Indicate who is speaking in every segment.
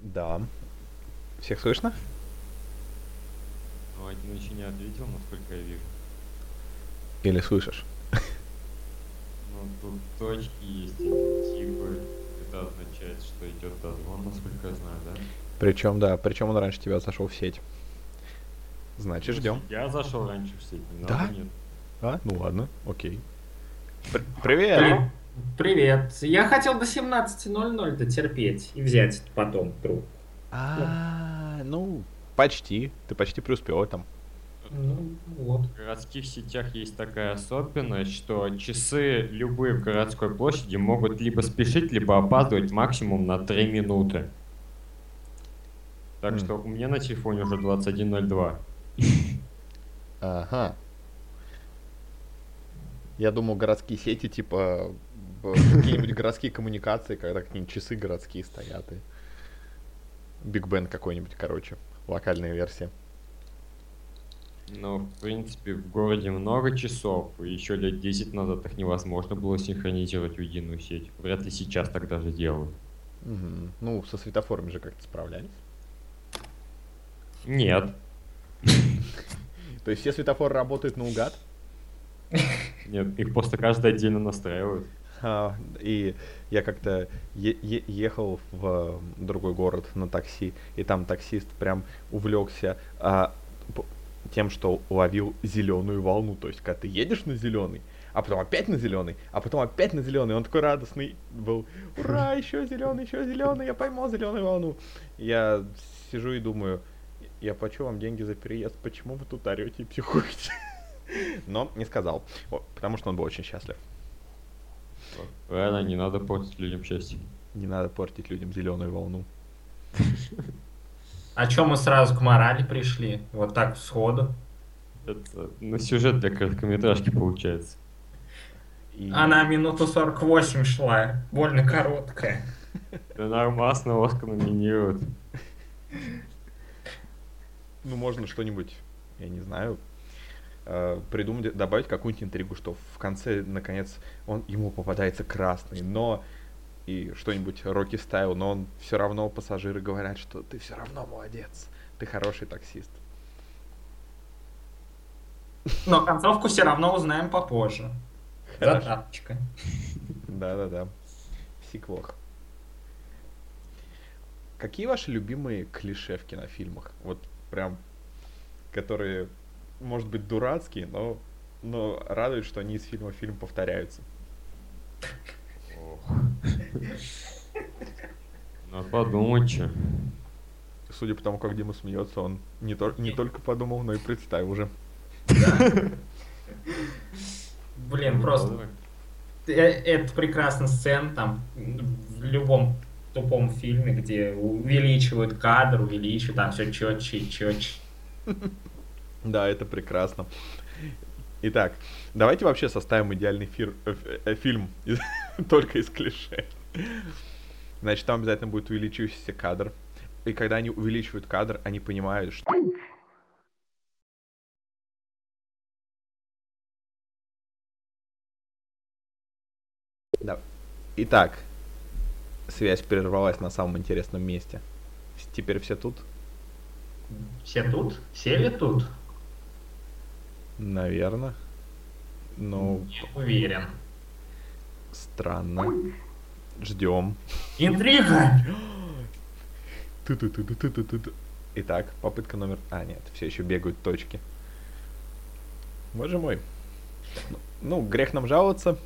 Speaker 1: Да. Всех слышно?
Speaker 2: Но один еще Ну, не ответил, насколько я вижу.
Speaker 1: Или слышишь?
Speaker 2: Ну, тут точки есть, эти типы. Это означает, что идет дозвон, насколько я знаю, да?
Speaker 1: Причем, да, причем он раньше тебя зашел в сеть. Значит,
Speaker 2: Ну,
Speaker 1: ждем.
Speaker 2: Я зашел раньше в сеть, не
Speaker 1: Да?
Speaker 2: надо, нет.
Speaker 1: А? Ну ладно, окей. Пр-
Speaker 3: А.
Speaker 1: Привет!
Speaker 4: Алло. Привет. Я хотел до 17.00 дотерпеть и взять потом трубку.
Speaker 1: А, ну, почти. Ты почти преуспел там.
Speaker 4: Ну, вот.
Speaker 2: В городских сетях есть такая особенность, что часы любые в городской площади могут либо спешить, либо опаздывать максимум на 3 минуты. Так
Speaker 1: М.
Speaker 2: что у меня на телефоне уже 21.02.
Speaker 3: Ага. Я думал, городские сети, типа б- какие-нибудь городские коммуникации, когда какие-нибудь часы городские стоят. и Биг Бен какой-нибудь, короче, локальная версия.
Speaker 2: Но, в принципе, в городе много часов, и еще лет 10 назад их невозможно было синхронизировать в единую сеть. Вряд ли сейчас так даже делают.
Speaker 3: Мгм. Ну, со светофорами же как-то справлялись.
Speaker 2: Нет,
Speaker 3: То есть все светофоры работают наугад,
Speaker 2: нет, их просто каждый отдельно настраивают.
Speaker 1: А, и я как-то е- е- ехал в э, другой город на такси, и там таксист прям увлекся а, п- тем, что ловил зеленую волну. То есть, когда ты едешь на зеленый, а потом опять на зеленый, а потом опять на зеленый, он такой радостный был. Ура, еще зеленый, еще зеленый, я поймал зеленую волну. Я сижу и думаю, я плачу вам деньги за переезд, почему вы тут орете и психуете? Но не сказал, о, потому что он был очень счастлив.
Speaker 2: Правильно, не надо портить людям счастье.
Speaker 1: Не надо портить людям зеленую волну.
Speaker 4: А чё мы сразу к морали пришли? Вот так сходу.
Speaker 2: Это ну, сюжет для короткометражки получается.
Speaker 1: И-
Speaker 4: Она минуту 48 шла. Больно короткая.
Speaker 2: Да нормас на Оскар номинируют.
Speaker 1: Ну, можно что-нибудь, я не знаю, э, придумать, добавить какую-нибудь интригу, что в конце, наконец, он ему попадается красный, но и что-нибудь Рокки стайл, но он все равно, пассажиры говорят, что ты все равно молодец, ты хороший таксист.
Speaker 4: Но концовку все равно узнаем попозже. Затапочка.
Speaker 1: Да-да-да, сиквел. Какие ваши любимые клише в кинофильмах? Вот прям, которые, может быть, дурацкие, но, но радует, что они из фильма в фильм повторяются.
Speaker 2: Надо Ну, подумать, что.
Speaker 1: Судя по тому, как Дима смеется, он не, тол- не только подумал, но и представил уже.
Speaker 2: Ну,
Speaker 4: Блин, просто э- это прекрасная сцена там в любом тупом фильме, где увеличивают кадр, увеличивают, там все четче и четче.
Speaker 1: Да, это прекрасно. Итак, давайте вообще составим идеальный фир- э, ф- э, фильм из- только из клише. Значит, там обязательно будет увеличивающийся кадр. И когда они увеличивают кадр, они понимают, что... Да. Итак, связь прервалась на самом интересном месте. С- Теперь все тут?
Speaker 4: Все тут? Все ли тут?
Speaker 1: Наверное. Ну,
Speaker 4: Не уверен.
Speaker 1: странно. Ждем.
Speaker 4: Интрига!
Speaker 1: Итак, попытка номер... А, нет, все еще бегают точки. Боже мой. Ну, грех нам жаловаться.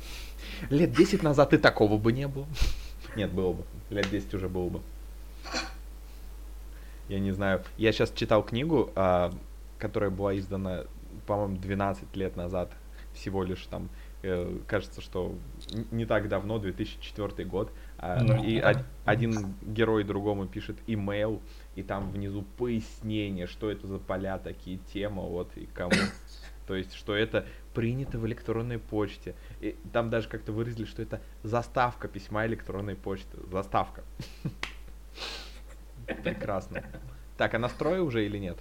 Speaker 1: Лет 10 назад и такого бы не было. Нет, было бы. Лет 10 уже было бы. Я не знаю. Я сейчас читал книгу, а, которая была издана, по-моему, 12 лет назад. Всего лишь там, э, кажется, что н- не так давно, 2004 год. А,
Speaker 4: Ну
Speaker 1: и
Speaker 4: да.
Speaker 1: од- один герой другому пишет имейл, и там внизу пояснение, что это за поля такие, тема, вот, и кому. То есть, что это принято в электронной почте. И там даже как-то выразили, что это заставка письма электронной почты. Заставка. Прекрасно. Так, а настрой уже или нет?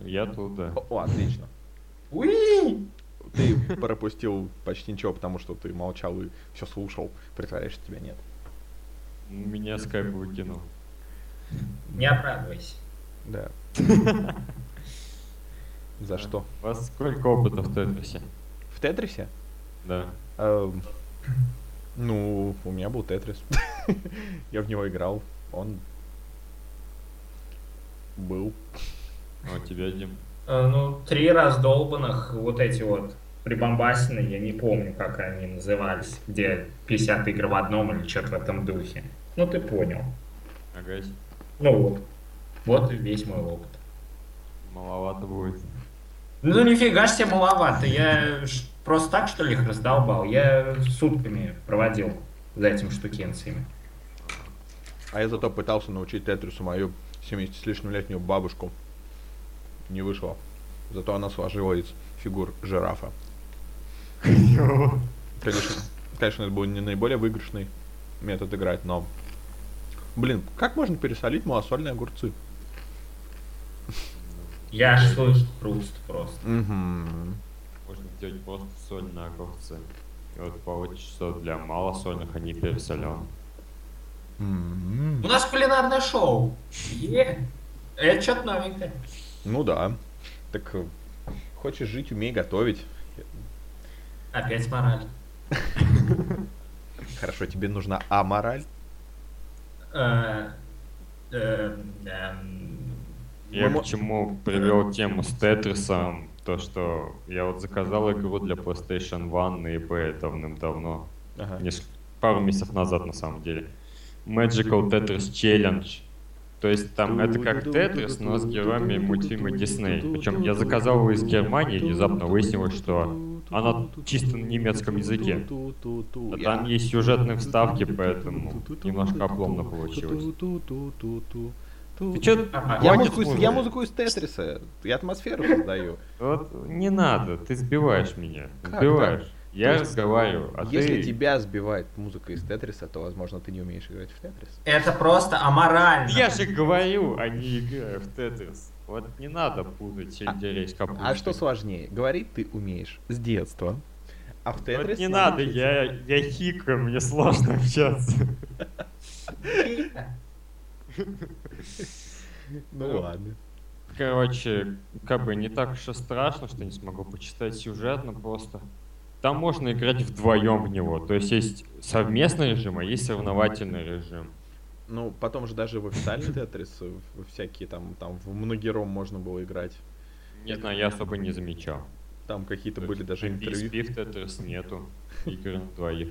Speaker 2: Я тут, да.
Speaker 1: О, о, отлично.
Speaker 4: Уи!
Speaker 1: Ты пропустил почти ничего, потому что ты молчал и все слушал, притворяешь, что тебя нет.
Speaker 2: меня скайп выкинул.
Speaker 4: Не оправдывайся.
Speaker 1: Да. За что?
Speaker 2: У вас сколько опытов в Тетрисе?
Speaker 1: В Тетрисе?
Speaker 2: Да.
Speaker 1: Эм, Ну, у меня был Тетрис. Я в него играл. Он был.
Speaker 2: А у тебя, Дим?
Speaker 4: Э, Ну, три раздолбанных вот эти вот прибамбасины, я не помню, как они назывались, где 50 игр в одном или что-то в этом духе. Ну, ты понял.
Speaker 2: Ага,
Speaker 4: Ну вот. Вот и весь мой опыт.
Speaker 2: маловато будет.
Speaker 4: Ну нифига ж себе маловато. Я ж просто так, что ли, их раздолбал? Я сутками проводил за этим штукенциями.
Speaker 1: А я зато пытался научить Тетрису мою 70 с лишним летнюю бабушку. Не вышло. Зато она сложила из фигур жирафа. Конечно, конечно, это был не наиболее выигрышный метод играть, но... Блин, как можно пересолить малосольные огурцы?
Speaker 4: Я аж слышу хруст просто.
Speaker 1: Угу.
Speaker 2: Можно сделать просто соль на огурцы. И вот получится, что для малосольных они пересолены.
Speaker 4: У нас кулинарное шоу. Е. Это что-то новенькое.
Speaker 1: Ну да. Так э, хочешь жить, умей готовить.
Speaker 4: Опять мораль.
Speaker 1: Хорошо, тебе нужна амораль.
Speaker 4: Э, э, эм,
Speaker 2: Я
Speaker 1: Мы мо-
Speaker 2: к чему привел тему с Тетрисом, то что я вот заказал игру для PlayStation 1 на eBay давным-давно,
Speaker 1: Ага.
Speaker 2: неск- пару месяцев назад на самом деле. Magical Tetris Challenge. То есть там это как Тетрис, но с героями мультфильма Дисней. Причем я заказал его из Германии, и внезапно выяснилось, что она чисто на немецком языке. А там есть сюжетные вставки, поэтому немножко обломно получилось. Ты чё-
Speaker 4: а,
Speaker 1: Я
Speaker 2: Хватит
Speaker 1: музыку, из,
Speaker 2: музыки.
Speaker 1: я музыку из Тетриса. Я атмосферу создаю.
Speaker 2: Вот не надо, ты сбиваешь меня.
Speaker 1: Как
Speaker 2: сбиваешь. Я
Speaker 1: есть, ну,
Speaker 2: разговариваю, а
Speaker 1: Если
Speaker 2: ты...
Speaker 1: тебя сбивает музыка из Тетриса, то, возможно, ты не умеешь играть в Тетрис.
Speaker 4: Это просто аморально.
Speaker 2: Я же говорю, а не играю в Тетрис. Вот не надо путать сельдерей с капустой.
Speaker 1: А что сложнее? Говорить ты умеешь с детства. А в
Speaker 2: Вот
Speaker 1: Тетрис...
Speaker 2: не надо, я, я хикаю, мне сложно общаться.
Speaker 1: Ну ладно.
Speaker 2: Короче, как бы не так уж и страшно, что не смогу почитать сюжетно просто. Там можно играть вдвоем в него. То есть есть совместный режим, а есть соревновательный режим.
Speaker 1: Ну, потом же даже в официальный Тетрис э, в- всякие там, там в многером можно было играть.
Speaker 2: Не знаю, я особо не замечал.
Speaker 1: Там какие-то
Speaker 2: То
Speaker 1: были
Speaker 2: есть
Speaker 1: даже
Speaker 2: в PSP
Speaker 1: интервью.
Speaker 2: в Tetris нету игр на двоих.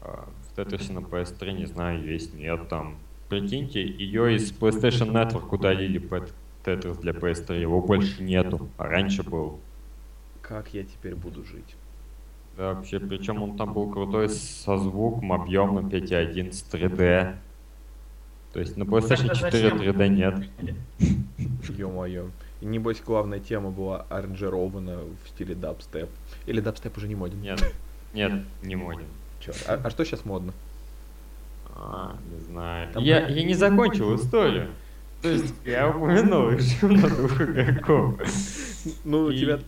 Speaker 2: А, В Tetris на PS3, не знаю, есть, нет там. Прикиньте, ее из PlayStation Network удалили под Tetris для PS3, его больше нету, а раньше был.
Speaker 1: Как я теперь буду жить?
Speaker 2: Да, вообще, причем он там был крутой со звуком, объемом 5.1 с 3D. То есть на PlayStation
Speaker 4: Это
Speaker 2: 4
Speaker 4: зачем?
Speaker 2: 3D нет.
Speaker 1: Ё-моё. И Небось, главная тема была аранжирована в стиле дабстеп. Или дабстеп уже не моден.
Speaker 2: Нет, нет, не моден.
Speaker 1: Чёрт. А, а что сейчас модно?
Speaker 2: А, не знаю.
Speaker 1: Там
Speaker 2: я,
Speaker 1: прям-
Speaker 2: я не закончил историю. То есть я упомянул режим на двух игроков.
Speaker 1: Ну, у
Speaker 2: И-
Speaker 1: тебя...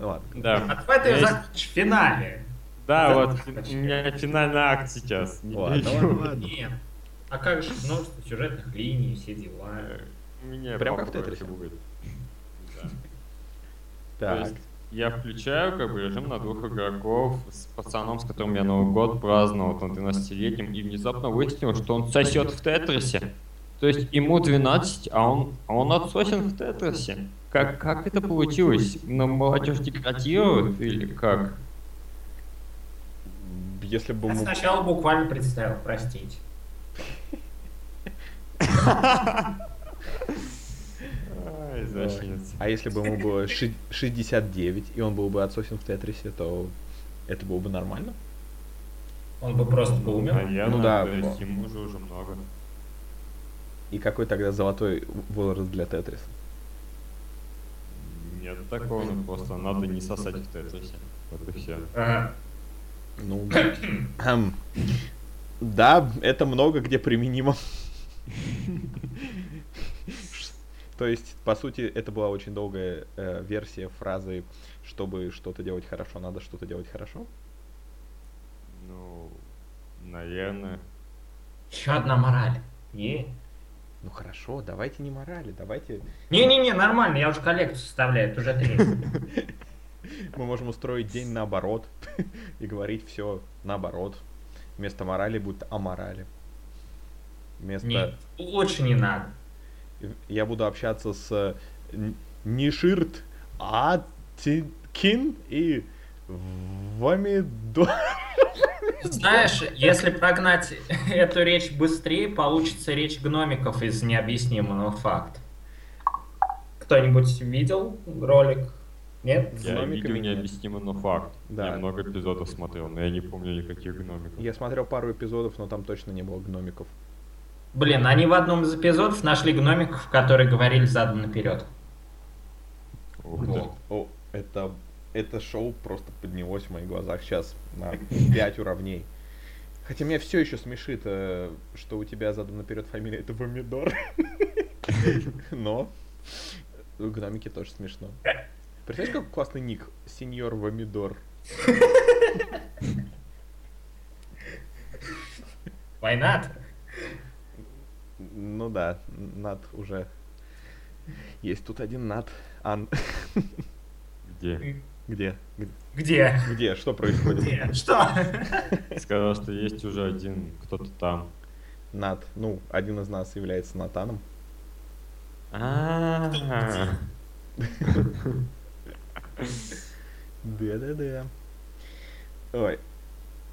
Speaker 1: Ну, ладно.
Speaker 2: Да.
Speaker 4: А давай ты
Speaker 2: Есть.
Speaker 4: закончишь в финале.
Speaker 2: Да, вот фи- у меня финальный акт сейчас. Не
Speaker 1: Ладно,
Speaker 2: перебью.
Speaker 1: ладно, ладно.
Speaker 4: Нет. А как же множество сюжетных линий, все дела.
Speaker 2: У меня
Speaker 1: Прям как в
Speaker 2: попроще
Speaker 1: Тетрисе.
Speaker 2: будет. Да. То
Speaker 1: Так.
Speaker 2: есть я включаю как бы режим на двух игроков с пацаном, с которым я Новый год праздновал, там 12-летним, и внезапно выяснил, что он сосет в Тетрисе. То есть ему 12, а он, а он отсосен в Тетрисе. Как, как это получилось? На молодежь деградирует или как?
Speaker 1: Если бы
Speaker 4: Я
Speaker 1: мы...
Speaker 4: А сначала буквально представил, простите.
Speaker 2: Ай, защитница.
Speaker 1: А если бы ему было ши- 69, и он был бы отсосен в Тетрисе, то это было бы нормально?
Speaker 4: Он бы просто был умер.
Speaker 2: Наверное,
Speaker 1: Ну да,
Speaker 2: то есть
Speaker 1: вот.
Speaker 2: ему же уже много.
Speaker 1: И какой тогда золотой возраст для Тетриса?
Speaker 2: Нет такого, ну просто надо не сосать в Тетрисе. Вот и все.
Speaker 4: Ага.
Speaker 1: Ну... эм, Да, это много где применимо. То есть, по сути, это была очень долгая э, версия фразы «чтобы что-то делать хорошо, надо что-то делать хорошо».
Speaker 2: Ну, наверное.
Speaker 4: Еще одна мораль. Не.
Speaker 1: Ну хорошо, давайте не морали, давайте...
Speaker 4: Не-не-не, нормально, я уже коллекцию составляю, это уже три.
Speaker 1: Мы можем устроить день наоборот и говорить все наоборот. Вместо морали будет о морали. Вместо...
Speaker 4: Нет, лучше не надо.
Speaker 1: Я буду общаться с Н- Ниширт Атикин и Вамидор.
Speaker 4: Знаешь, если прогнать эту речь быстрее, получится речь гномиков из необъяснимого факта. Кто-нибудь видел ролик? Нет?
Speaker 2: Я
Speaker 1: гномиками
Speaker 2: видел
Speaker 1: нет.
Speaker 2: необъяснимо, но факт.
Speaker 1: Да.
Speaker 2: Я много эпизодов смотрел, но я не помню никаких гномиков.
Speaker 1: Я смотрел пару эпизодов, но там точно не было гномиков.
Speaker 4: Блин, они в одном из эпизодов нашли гномиков, которые говорили задом наперед.
Speaker 2: Ух ты.
Speaker 1: О, о, это, это шоу просто поднялось в моих глазах сейчас на 5 уровней. Хотя меня все еще смешит, э, что у тебя задом наперед фамилия это Помидор. Но у гномики тоже смешно. Представляешь, какой классный ник? Сеньор Вамидор.
Speaker 4: Война?
Speaker 1: Ну да, Над уже. Есть тут один Над. Ан...
Speaker 2: Где?
Speaker 1: Где?
Speaker 4: Где?
Speaker 1: Где? Что происходит?
Speaker 4: Где? Что?
Speaker 2: Сказал, что есть уже один кто-то там.
Speaker 1: Над. Ну, один из нас является Натаном.
Speaker 2: А.
Speaker 1: Да-да-да. Ой.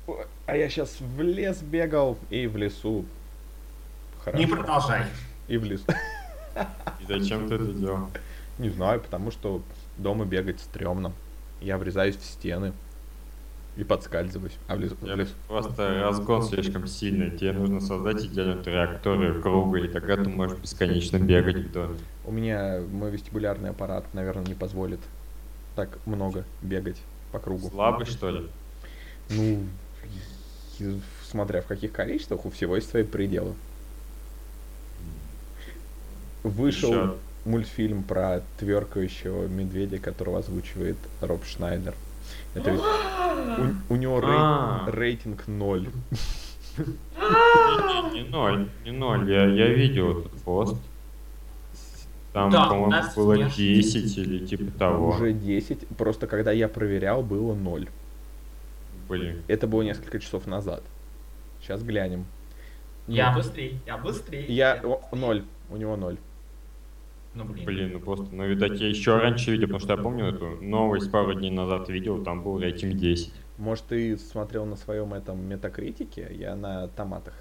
Speaker 1: Ой, А я сейчас в лес бегал и в лесу. Хорошо.
Speaker 4: Не продолжай.
Speaker 1: И в лес.
Speaker 2: И зачем ты это делал?
Speaker 1: Не знаю, потому что дома бегать стрёмно. Я врезаюсь в стены и подскальзываюсь. А в лесу? В
Speaker 2: Я
Speaker 1: лесу.
Speaker 2: Просто разгон слишком сильный. Тебе нужно создать идеальную траекторию круга, и тогда ты можешь бесконечно бегать в доме.
Speaker 1: У меня мой вестибулярный аппарат, наверное, не позволит так много бегать по кругу.
Speaker 2: Слабый, что ли?
Speaker 1: Ну, и- смотря в каких количествах, у всего есть свои пределы. Вышел...
Speaker 2: Ещё.
Speaker 1: мультфильм про тверкающего медведя, которого озвучивает Роб Шнайдер. Это ведь у, у него рей-
Speaker 2: А.
Speaker 1: рейтинг 0.
Speaker 2: Не- не- Не ноль, не ноль. Я, я видел этот пост. Там,
Speaker 4: Да, у
Speaker 2: по-моему,
Speaker 4: нас
Speaker 2: было
Speaker 4: нет.
Speaker 2: 10 или типа того.
Speaker 1: Уже 10. Просто когда я проверял, было 0.
Speaker 2: Блин.
Speaker 1: Это было несколько часов назад. Сейчас глянем.
Speaker 4: Я
Speaker 1: Ну,
Speaker 4: быстрее, я быстрее.
Speaker 1: я... о, 0. У него 0.
Speaker 4: Ну блин.
Speaker 2: Блин, ну просто, ну, видать, я еще раньше видел, потому что я помню эту новость пару дней назад видел, там был рейтинг 10.
Speaker 1: Может, ты смотрел на своем этом метакритике? Я на томатах.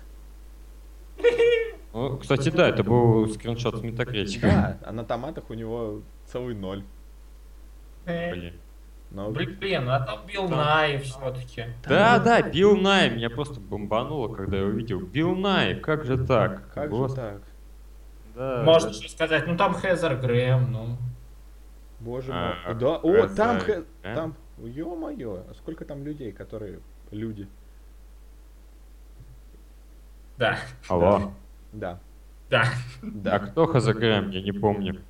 Speaker 2: Ну, кстати, да, это был скриншот с метакритика.
Speaker 1: Да, а на томатах у него целый Ну, 0.
Speaker 4: Э,
Speaker 2: Блин.
Speaker 1: Но...
Speaker 4: Блин, Э, блин, а там Билл Най все-таки.
Speaker 2: Да, да, Билл Най, меня просто бомбануло, когда я увидел. Билл Най, как же так?
Speaker 1: Как же
Speaker 2: Гос-
Speaker 1: так?
Speaker 2: Да,
Speaker 4: Можно
Speaker 2: да.
Speaker 4: еще сказать, ну там Хезер Грэм, ну.
Speaker 1: Боже мой.
Speaker 2: А,
Speaker 1: да, о,
Speaker 2: красавец,
Speaker 1: там, хэ-
Speaker 2: а?
Speaker 1: там, ё-моё, а сколько там людей, которые люди.
Speaker 4: Да,
Speaker 2: Алло.
Speaker 1: Да,
Speaker 4: да.
Speaker 2: А
Speaker 1: да.
Speaker 2: кто Хазагрэм? Я не помню.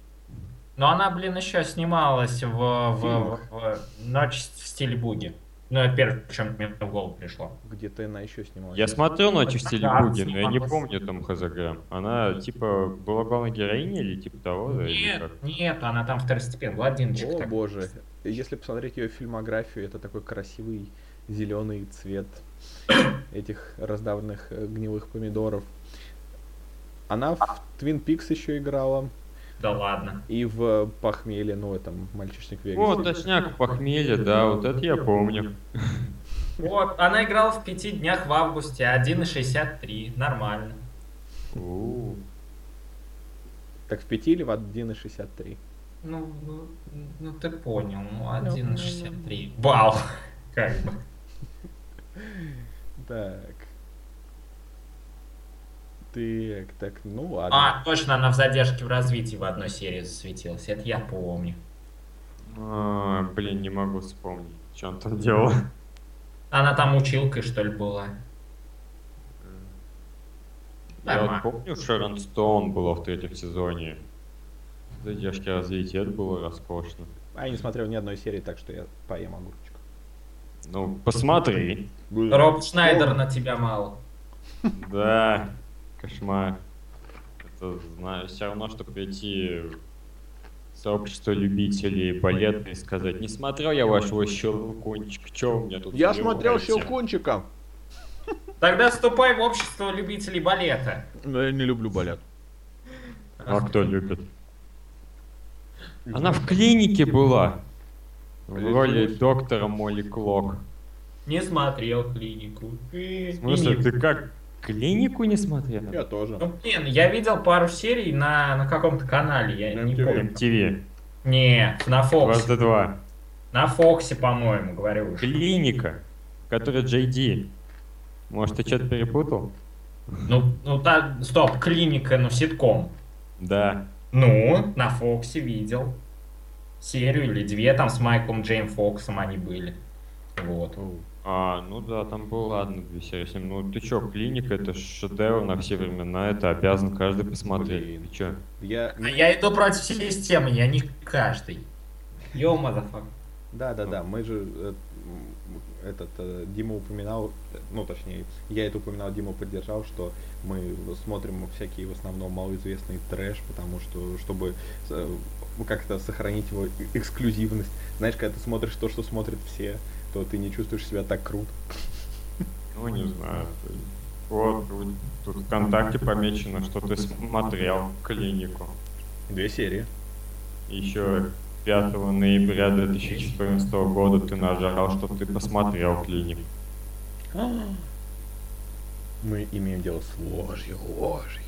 Speaker 4: Но она, блин, еще снималась в, в,
Speaker 1: фильмах.
Speaker 4: в- в «Ночь в стиле буги». Ну, это первое, чем мне в голову пришло.
Speaker 1: Где-то она еще снималась.
Speaker 2: Я смотрел на стиле
Speaker 4: Да,
Speaker 2: Буги, но я не
Speaker 4: снималась.
Speaker 2: помню там Хазагрэм. Она, типа, была главной героиней или типа того? да, или
Speaker 4: Нет,
Speaker 2: как?
Speaker 4: нет, она там второстепенная, блондиночка.
Speaker 1: О
Speaker 4: такая.
Speaker 1: боже, если посмотреть ее фильмографию, это такой красивый зеленый цвет этих раздавленных э, гнилых помидоров. Она в Твин Пикс еще играла
Speaker 4: Да ладно.
Speaker 1: и в Похмелье, ну этом мальчишник Вегас.
Speaker 2: О, точняк, похмелье, да, вот это я помню.
Speaker 4: Вот, она играла в пяти днях в августе, 1,63, нормально.
Speaker 2: У.
Speaker 1: Так в 5 или в 1,63?
Speaker 4: Ну, ну, ну ты понял, ну 1,63. Бал. Как бы.
Speaker 1: Так. Так, так, ну ладно.
Speaker 4: А, точно, она в задержке в развитии в одной серии засветилась, это я помню.
Speaker 2: А, блин, не могу вспомнить, что он там делал.
Speaker 4: Она там училкой, что ли, была?
Speaker 2: Я
Speaker 4: Нормально.
Speaker 2: вот помню, Шерон Стоун была в третьем сезоне. Задержки развития, это было роскошно.
Speaker 1: А я не смотрел ни одной серии, так что я поем огурчик.
Speaker 2: Ну, посмотри.
Speaker 4: Роб Шнайдер на тебя мало.
Speaker 2: Да, кошмар. Это знаю, все равно, что прийти в сообщество любителей балета и сказать, не смотрел я вашего щелкунчика, что у меня тут
Speaker 1: Я
Speaker 2: за
Speaker 1: смотрел
Speaker 2: революция?»
Speaker 1: щелкунчика.
Speaker 4: Тогда вступай в общество любителей балета.
Speaker 1: Но я не люблю балет.
Speaker 2: А кто любит? Она в клинике была. В
Speaker 1: Блин,
Speaker 2: роли
Speaker 1: слушай.
Speaker 2: доктора Молли Клок.
Speaker 4: Не смотрел клинику. Э,
Speaker 2: В смысле,
Speaker 4: и не-
Speaker 2: Ну, ты как, клинику не смотрел?
Speaker 1: Я тоже.
Speaker 4: Ну, блин, я видел пару серий на, на каком-то канале, я
Speaker 1: На
Speaker 4: не
Speaker 1: MTV.
Speaker 4: помню.
Speaker 2: MTV.
Speaker 4: Не, на Фоксе.
Speaker 2: Дважды два.
Speaker 4: На Фоксе, по-моему, говорю уж.
Speaker 2: Клиника, которая JD. Может, ты что-то перепутал?
Speaker 4: Ну, ну та, стоп, клиника, ну, ситком.
Speaker 2: Да.
Speaker 4: Ну, на Фоксе видел. Серию или две там с Майклом Джейм Фоксом они были. Вот.
Speaker 2: А, ну да, там было, ладно, две серии. с ним. Ну ты чё, клиника, это шедевр на все времена, это обязан каждый посмотреть.
Speaker 1: Блин.
Speaker 2: Ты чё?
Speaker 1: Я...
Speaker 4: А я иду против системы, я не каждый. Йо, мазафак.
Speaker 1: Да, да, да. Мы же э, м, этот э, Дима упоминал, э, ну точнее, я это упоминал, Дима поддержал, что мы смотрим всякие в основном малоизвестный трэш, потому что чтобы э, как-то сохранить его э- эксклюзивность. Знаешь, когда ты смотришь то, что смотрят все, то ты не чувствуешь себя так круто.
Speaker 2: Ну, не знаю. то есть, Вот, тут- тут ВКонтакте помечено, что ты смотрел клинику.
Speaker 1: Две серии.
Speaker 2: Еще 5 ноября 2014 года ты нажал, что ты посмотрел клинику.
Speaker 1: Мы имеем дело с ложью, ложью.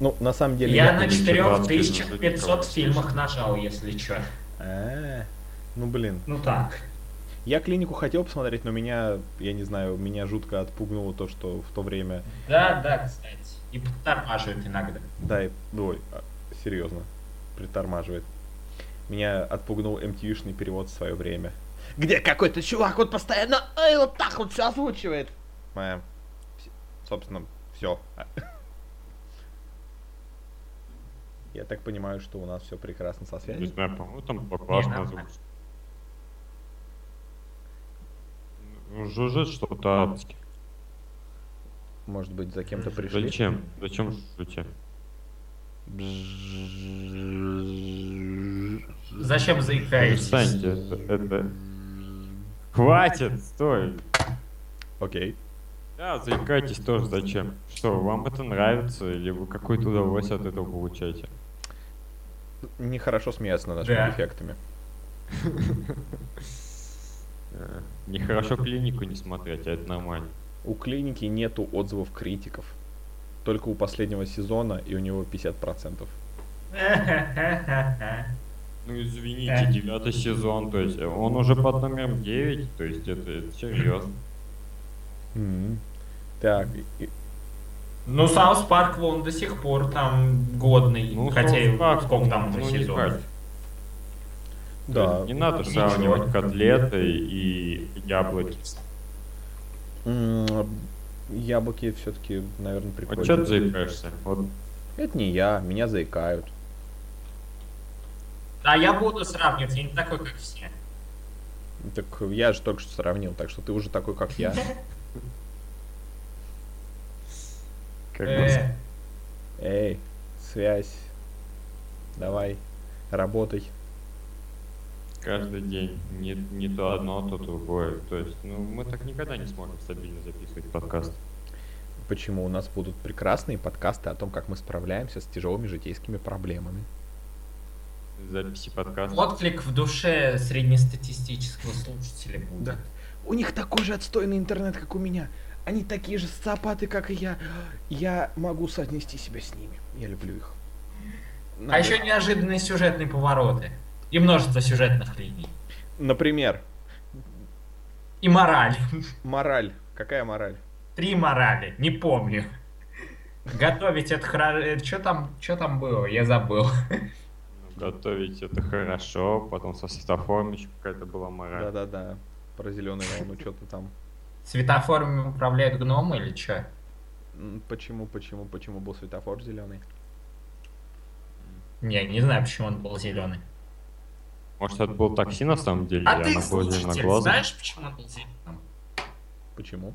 Speaker 1: Ну, на самом деле...
Speaker 4: Я на
Speaker 2: не читал,
Speaker 4: 4500
Speaker 2: ты
Speaker 4: фильмах нажал, если чё.
Speaker 1: А, Ну, блин.
Speaker 4: Ну так.
Speaker 1: Я клинику хотел посмотреть, но меня, я не знаю, меня жутко отпугнуло то, что в то время,
Speaker 4: Да, да, кстати. И подтормаживает иногда.
Speaker 1: да, и, ой, а, серьезно, притормаживает. Меня отпугнул MTV-шный перевод в свое время. Где какой-то чувак, он постоянно, эй, вот так вот все озвучивает. Моя, с- собственно, все. Я так понимаю, что у нас все прекрасно со
Speaker 2: Не
Speaker 1: связью.
Speaker 2: знаю, по-моему, там
Speaker 4: Не,
Speaker 2: поклассно
Speaker 4: нормально.
Speaker 2: звучит. Ну, Жужжит что-то адски.
Speaker 1: Может быть, за кем-то пришли.
Speaker 2: Зачем? Зачем жужжите?
Speaker 4: Зачем заикаетесь?
Speaker 2: Перестаньте, это, это- Хватит, стой.
Speaker 1: Окей.
Speaker 2: Да, заикайтесь тоже зачем? Что, вам это нравится или вы какое-то удовольствие от этого получаете?
Speaker 1: Нехорошо смеяться над нашими
Speaker 4: Да.
Speaker 1: эффектами.
Speaker 2: Э, Нехорошо клинику не смотреть, а это нормально.
Speaker 1: У клиники нету отзывов критиков. Только у последнего сезона, и у него 50%.
Speaker 2: Ну извините,
Speaker 4: Э.
Speaker 2: девятый сезон, то есть э, он уже под номером 9, то есть это, это серьезно.
Speaker 1: М. Так, и- и-
Speaker 4: Ну, Саус Парк, он до сих пор там годный.
Speaker 2: Ну,
Speaker 4: хотя
Speaker 2: «Саус
Speaker 4: и
Speaker 2: Парк»,
Speaker 4: сколько там уже
Speaker 2: ну, не
Speaker 4: сезонов.
Speaker 2: парь.
Speaker 1: да.
Speaker 2: Не надо
Speaker 4: Ничего.
Speaker 2: сравнивать котлеты и яблоки.
Speaker 1: М, Яблоки все-таки, наверное,
Speaker 2: Вот что А ты
Speaker 1: прикольные.
Speaker 2: заикаешься? Вот
Speaker 1: Это не я, меня заикают.
Speaker 4: А я буду сравнивать, я не такой, как все.
Speaker 1: Так я же только что сравнил, так что ты уже такой, как я.
Speaker 2: как бы...
Speaker 4: Э,
Speaker 1: Эй, связь. Давай, работай.
Speaker 2: Каждый день не, не то одно, то другое. То есть, ну, мы так никогда не сможем стабильно записывать подкаст.
Speaker 1: Почему у нас будут прекрасные подкасты о том, как мы справляемся с тяжелыми житейскими проблемами.
Speaker 2: Записи подкаста.
Speaker 4: Отклик в душе среднестатистического слушателя будет.
Speaker 1: Да. У них такой же отстойный интернет, как у меня. Они такие же социопаты, как и я. Я могу соотнести себя с ними. Я люблю их.
Speaker 4: А еще неожиданные сюжетные повороты. И множество сюжетных линий.
Speaker 1: Например,
Speaker 4: И мораль.
Speaker 1: мораль. Какая мораль?
Speaker 4: Три морали, не помню. Готовить это хорошо. Что там, чё там было? Я забыл.
Speaker 2: Готовить это хорошо, потом со светофором еще какая-то была мораль.
Speaker 1: Да-да-да. Про зеленую волну что-то там.
Speaker 4: Светофорами управляют гномы или что?
Speaker 1: М, Почему, почему, почему был светофор зеленый?
Speaker 4: Я не знаю, почему он был зеленый.
Speaker 2: Может, это был такси на самом деле?
Speaker 4: А
Speaker 2: и
Speaker 4: ты,
Speaker 2: она была
Speaker 4: слушатель,
Speaker 2: зеленоглазой?
Speaker 4: знаешь, почему он был зеленым?
Speaker 1: Почему?